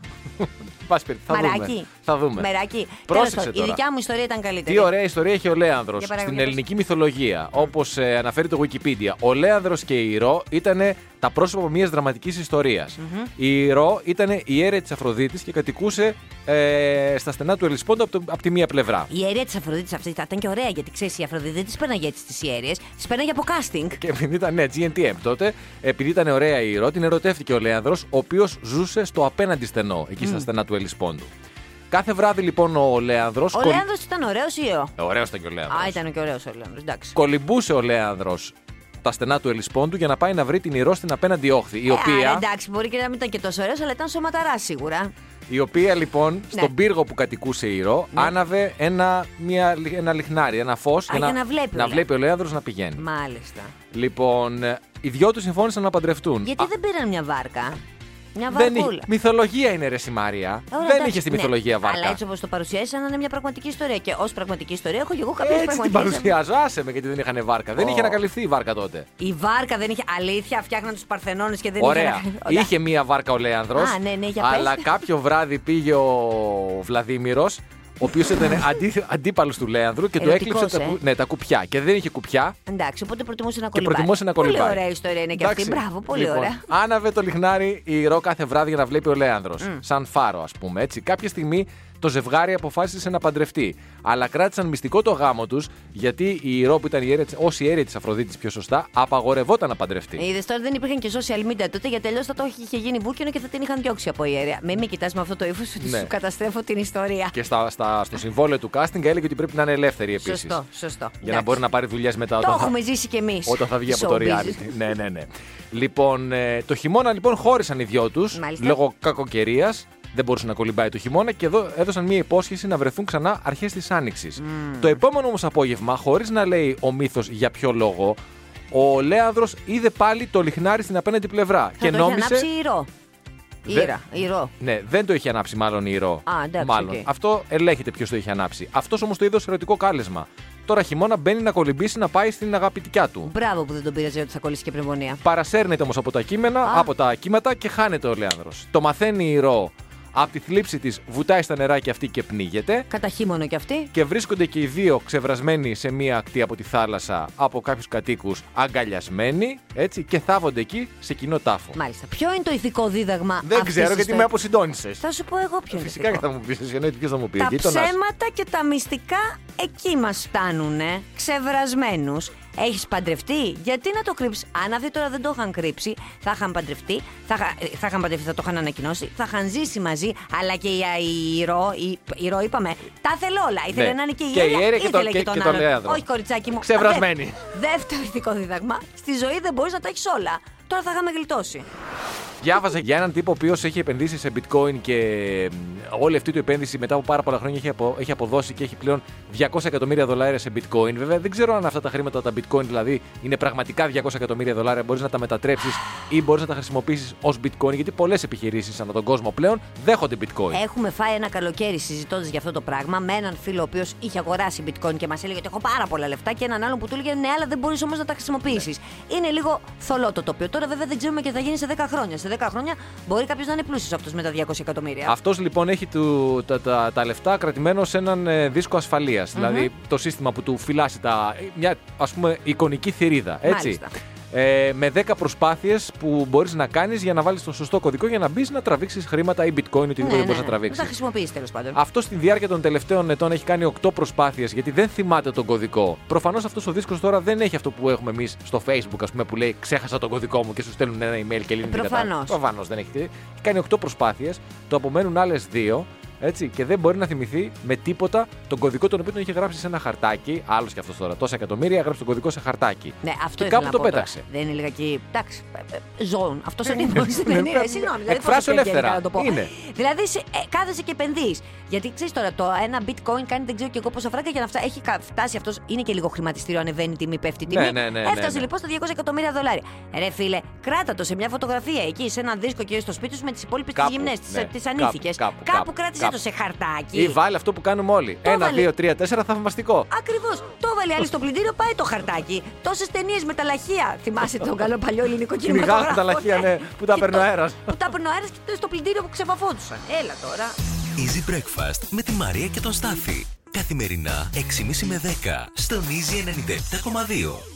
C: Πάση περι- θα δούμε.
B: Μαράκι.
C: Θα δούμε.
B: Μεράκι.
C: Πρόσεξε
B: Τέλος πάντων,
C: τώρα.
B: Η δικιά μου ιστορία ήταν καλύτερη.
C: Τι ωραία ιστορία έχει ο Λέανδρος
B: Για παράδειγμα,
C: στην
B: για πες.
C: ελληνική μυθολογία. Όπως αναφέρει το Wikipedia, ο Λέανδρος και η Ρο ήταν τα πρόσωπα μιας δραματικής ιστορίας. Η Ρο ήταν η αίρια της Αφροδίτης και κατοικούσε ε, στα στενά του Ελισπόντου από, το- από τη μία πλευρά.
B: Η αίρια της Αφροδίτης αυτή ήταν και ωραία γιατί ξέρεις, η Αφροδίτη δεν της παίρναγε έτσι τις ιέρειε, τι παίρναγε από casting.
C: Και επειδή ήταν ναι, GNTM τότε, επειδή ήταν ωραία η Ρο, την ερωτεύτηκε ο Λέανδρος, ο οποίος ζούσε στο απέναντι στενό, εκεί στα στενά του Ελισπόντου. Κάθε βράδυ λοιπόν ο Λέανδρος.
B: Ο Λέανδρος ήταν ωραίος ή ο.
C: Ωραίος ήταν και ο Λέανδρος.
B: Α, ήταν και ωραίος ο Λέανδρος, εντάξει.
C: Κολυμπούσε ο Λέανδρος τα στενά του Ελισπόντου για να πάει να βρει την Ηρώ στην απέναντι όχθη. Η
B: Ε, άρα,
C: οποία,
B: εντάξει, μπορεί και να μην ήταν και τόσο ωραίος, αλλά ήταν σωματαρά σίγουρα.
C: η οποία
B: Ναι.
C: λοιπόν στον πύργο που κατοικούσε η Ηρώ άναβε ένα, μια, ένα λιχνάρι, ένα φως.
B: για να βλέπει ο
C: να
B: Λέ-
C: βλέπει ο Λέανδρος να πηγαίνει.
B: Μάλιστα.
C: Λοιπόν, ε, οι δυο του συμφώνησαν να παντρευτούν.
B: Γιατί
C: Α,
B: δεν πήραν μια βάρκα. Μια
C: δεν
B: βαρκούλα.
C: είχε- Μυθολογία είναι ρε
B: Ε,
C: Σιμάρια.
B: ωραία,
C: δεν
B: εντάξει,
C: είχε στη
B: ναι.
C: μυθολογία βάρκα.
B: Αλλά έτσι όπως το παρουσιάσαν, είναι μια πραγματική ιστορία. Και ως πραγματική ιστορία έχω και εγώ κάποιες
C: Έτσι την
B: πραγματικές.
C: παρουσιάζω. Άσε με γιατί δεν είχαν βάρκα. Δεν
B: Ω.
C: είχε ανακαλυφθεί η βάρκα τότε.
B: Η βάρκα δεν είχε. Αλήθεια, φτιάχναν τους Παρθενώνες και δεν
C: Ωραία.
B: είχε. να-
C: Είχε μία βάρκα ο Λέανδρος.
B: Α, ναι, ναι, για πες.
C: αλλά κάποιο βράδυ πήγε ο Βλαδίμηρος, ο οποίος ήταν αντί, αντίπαλος του Λέανδρου και του
B: Ερωτικός,
C: έκλειψε τα,
B: ε.
C: κου- ναι, τα κουπιά. Και δεν είχε κουπιά.
B: Εντάξει, οπότε προτιμούσε να
C: Και
B: κολυμπάει.
C: προτιμούσε να κολυμπάει.
B: Πολύ ωραία ιστορία είναι και αυτή.
C: Εντάξει.
B: Μπράβο, πολύ
C: Λοιπόν,
B: ωραία.
C: Άναβε το λιχνάρι η Ρο κάθε βράδυ για να βλέπει ο Λέανδρος. Σαν φάρο, ας πούμε. Έτσι. Κάποια στιγμή το ζευγάρι αποφάσισε να παντρευτεί. Αλλά κράτησαν μυστικό το γάμο τους, γιατί η Ρο που ήταν η αίρια της- ως η αίρια της Αφροδίτης πιο σωστά, απαγορευόταν να παντρευτεί.
B: Είδες τώρα δεν υπήρχαν και social media τότε γιατί αλλιώς θα το είχε γίνει μπούκινο και θα την είχαν διώξει από ιερέα. Με με κοιτάς με αυτό το ύφος ότι
C: Ναι.
B: σου καταστρέφω την ιστορία.
C: Και στα, στα, στο συμβόλαιο του casting έλεγε ότι πρέπει να είναι ελεύθερη επίσης.
B: Σωστό, σωστό.
C: Για να μπορεί να πάρει δουλειές μετά
B: Το
C: όταν θα,
B: έχουμε ζήσει κι εμείς.
C: όταν θα βγει από το reality. ναι, ναι, ναι. Λοιπόν, ε, το χειμώνα λοιπόν χώρισαν οι δυο τους
B: Μάλιστα.
C: λόγω κακοκαιρίας. Δεν μπορούσε να κολυμπάει το χειμώνα και εδώ έδωσαν μία υπόσχεση να βρεθούν ξανά αρχές της Άνοιξης. Το επόμενο όμως απόγευμα, χωρίς να λέει ο μύθος για ποιο λόγο, ο Λέανδρο είδε πάλι το λιχνάρι στην απέναντι πλευρά.
B: Και το νόμισε... ανάψει η Ρο. Η
C: Δεν-
B: Ήρα, η Ρο.
C: Ναι, δεν το είχε ανάψει μάλλον η Ρο.
B: Α, εντάξει,
C: μάλλον.
B: οκ.
C: Αυτό ελέγχεται ποιος το είχε ανάψει. Αυτός όμως το είδωσε ερωτικό κάλεσμα. Τώρα χειμώνα μπαίνει να κολυμπήσει να πάει στην αγαπητικιά του.
B: Μπράβο που δεν τον πήραζε ότι θα κολλήσει και πνευμονία.
C: Παρασέρνεται όμως από τα κείμενα,
B: Α.
C: από τα κύματα και χάνεται ο Λέανδρος. Το μαθαίνει η Ρο. Από τη θλίψη της βουτάει στα νερά και αυτή και πνίγεται.
B: Κατά χείμωνο κι αυτή.
C: Και βρίσκονται και οι δύο ξεβρασμένοι σε μία ακτή από τη θάλασσα από κάποιους κατοίκους αγκαλιασμένοι έτσι, και θάβονται εκεί σε κοινό τάφο.
B: Μάλιστα. Ποιο είναι το ηθικό δίδαγμα
C: Δεν
B: αυτής
C: ξέρω
B: της
C: γιατί με
B: ιστορίας?
C: αποσυντώνησε.
B: Θα σου πω εγώ ποιο είναι.
C: Φυσικά και
B: ηθικό.
C: θα μου πεις, εννοείται ποιος θα μου πει.
B: Τα
C: γείτονας.
B: ψέματα και τα μυστικά εκεί μας φτάνουν. Ξεβρασμένους. Έχεις παντρευτεί, γιατί να το κρύψεις. Αν αυτοί τώρα δεν το είχαν κρύψει, θα είχαν παντρευτεί, θα, είχα- ε, θα είχαν παντρευτεί, θα το είχαν ανακοινώσει, θα είχαν ζήσει μαζί. Αλλά και η, η, Ρο, η, η Ρο, είπαμε, τα ήθελε όλα. Ήθελε
C: Ναι.
B: να είναι και η
C: Και η
B: Γέρια,
C: Έρε και το-
B: ήθελε
C: και-
B: και, τον
C: και τον
B: άλλον.
C: Λέανδρο.
B: Όχι, κοριτσάκι μου.
C: Ξεβρασμένη.
B: Δε- δεύτερο ηθικό δίδαγμα. Στη ζωή δεν μπορείς να το έχεις όλα. Τώρα θα είχαμε γλιτώσει.
C: Διάβαζα για έναν τύπο ο οποίος έχει επενδύσει σε bitcoin και μ, όλη αυτή του επένδυση μετά από πάρα πολλά χρόνια έχει, απο- έχει αποδώσει και έχει πλέον 200 εκατομμύρια δολάρια σε bitcoin. Βέβαια, δεν ξέρω αν αυτά τα χρήματα, τα bitcoin δηλαδή, είναι πραγματικά 200 εκατομμύρια δολάρια. Μπορείς να τα μετατρέψεις ή μπορείς να τα χρησιμοποιήσεις ως bitcoin, γιατί πολλές επιχειρήσεις ανά τον κόσμο πλέον δέχονται bitcoin.
B: Έχουμε φάει ένα καλοκαίρι συζητώντας για αυτό το πράγμα με έναν φίλο ο οποίος είχε αγοράσει bitcoin και μας έλεγε ότι έχω πάρα πολλά λεφτά και έναν άλλον που του έλεγε ναι, αλλά δεν μπορείς όμως να τα χρησιμοποιήσεις. Είναι λίγο θολό το τοπίο. Τώρα βέβαια δεν ξέρουμε και τι θα γίνει σε 10 χρόνια. Σε 10 χρόνια μπορεί κάποιος να είναι πλούσιος αυτό με τα 200 εκατομμύρια.
C: Αυτός λοιπόν έχει του, τα, τα, τα λεφτά κρατημένο σε έναν ε, δίσκο ασφαλείας. Δηλαδή το σύστημα που του φυλάσσει τα, μια ας πούμε εικονική θηρίδα. Έτσι.
B: Μάλιστα.
C: Ε, με 10 προσπάθειες που μπορείς να κάνεις για να βάλεις τον σωστό κωδικό για να μπεις να τραβήξεις χρήματα ή bitcoin,
B: Ναι,
C: οτιδήποτε μπορεί να τραβήξεις.
B: Θα χρησιμοποιήσεις τέλος πάντων.
C: Αυτό στη διάρκεια των τελευταίων ετών έχει κάνει 8 προσπάθειες γιατί δεν θυμάται τον κωδικό. Προφανώς αυτός ο δίσκος τώρα δεν έχει αυτό που έχουμε εμείς στο Facebook, ας πούμε, που λέει Ξέχασα τον κωδικό μου και σου στέλνουν ένα email και λύνει την
B: προφανώς.
C: κατάσταση. Προφανώς δεν έχει. Έχει κάνει 8 προσπάθειες, το απομένουν άλλες 2. Έτσι, και δεν μπορεί να θυμηθεί με τίποτα τον κωδικό τον οποίο τον είχε γράψει σε ένα χαρτάκι. Άλλος και αυτός τώρα. Τόσα εκατομμύρια γράψει τον κωδικό σε χαρτάκι.
B: Ναι, αυτό
C: και
B: ήθελα
C: κάπου
B: να
C: το
B: πω τώρα.
C: πέταξε. Ναι,
B: Δεν είναι λιγάκι. Εντάξει, ε, ε, ζώων. Αυτός ο τύπο δεν είναι. Συγγνώμη. δηλαδή,
C: Εκφράσου
B: πώς το
C: ελεύθερα.
B: πήγαινε, να το πω.
C: Είναι.
B: Δηλαδή, σε- ε, κάθεσαι και επενδύεις. Γιατί ξέρεις τώρα, το ένα bitcoin κάνει δεν ξέρω και εγώ πόσα φράγκα για να φτάσει. Έχει κα- φτάσει αυτός. Είναι και λίγο χρηματιστήριο, ανεβαίνει η τιμή, πέφτει η τιμή.
C: Ναι, ναι, ναι, ναι,
B: Έφτασε
C: ναι.
B: λοιπόν στα 200 εκατομμύρια δολάρια. Ρε φίλε, κράτα το σε μια φωτογραφία εκεί, σε ένα δίσκο και στο σπίτι σου με τις υπόλοιπες τις
C: Κάπου,
B: γυμνές,
C: ναι.
B: τι ανήθικες.
C: Κάπου, κάπου,
B: ε, Κάπου
C: κάπου,
B: κράτησε
C: κάπου.
B: το σε χαρτάκι.
C: Ή βάλει αυτό που κάνουμε όλοι.
B: Το
C: Ένα,
B: βάλε.
C: δύο, τρία, τέσσερα, θαυμαστικό.
B: Ακριβώς. Το έβαλε άλλη στο πλυντήριο, πάει το χαρτάκι. Τόσες ταινίες με τα λαχεία. Θυμάσαι τον καλό παλιό ελληνικό κινηματογράφο.
C: Κυνηγάγουν τα λαχεία, ναι, που τα
B: Και
C: παίρνει ο
B: το-
C: αέρας.
B: Που τα παίρνει ο αέρας και το στο πλυντήριο που ξεβαφόντουσαν. Έλα τώρα.
A: Easy Breakfast με τη Μαρία και τον Στάφη. Καθημερινά 6.30 με 10 στον Easy 97.2.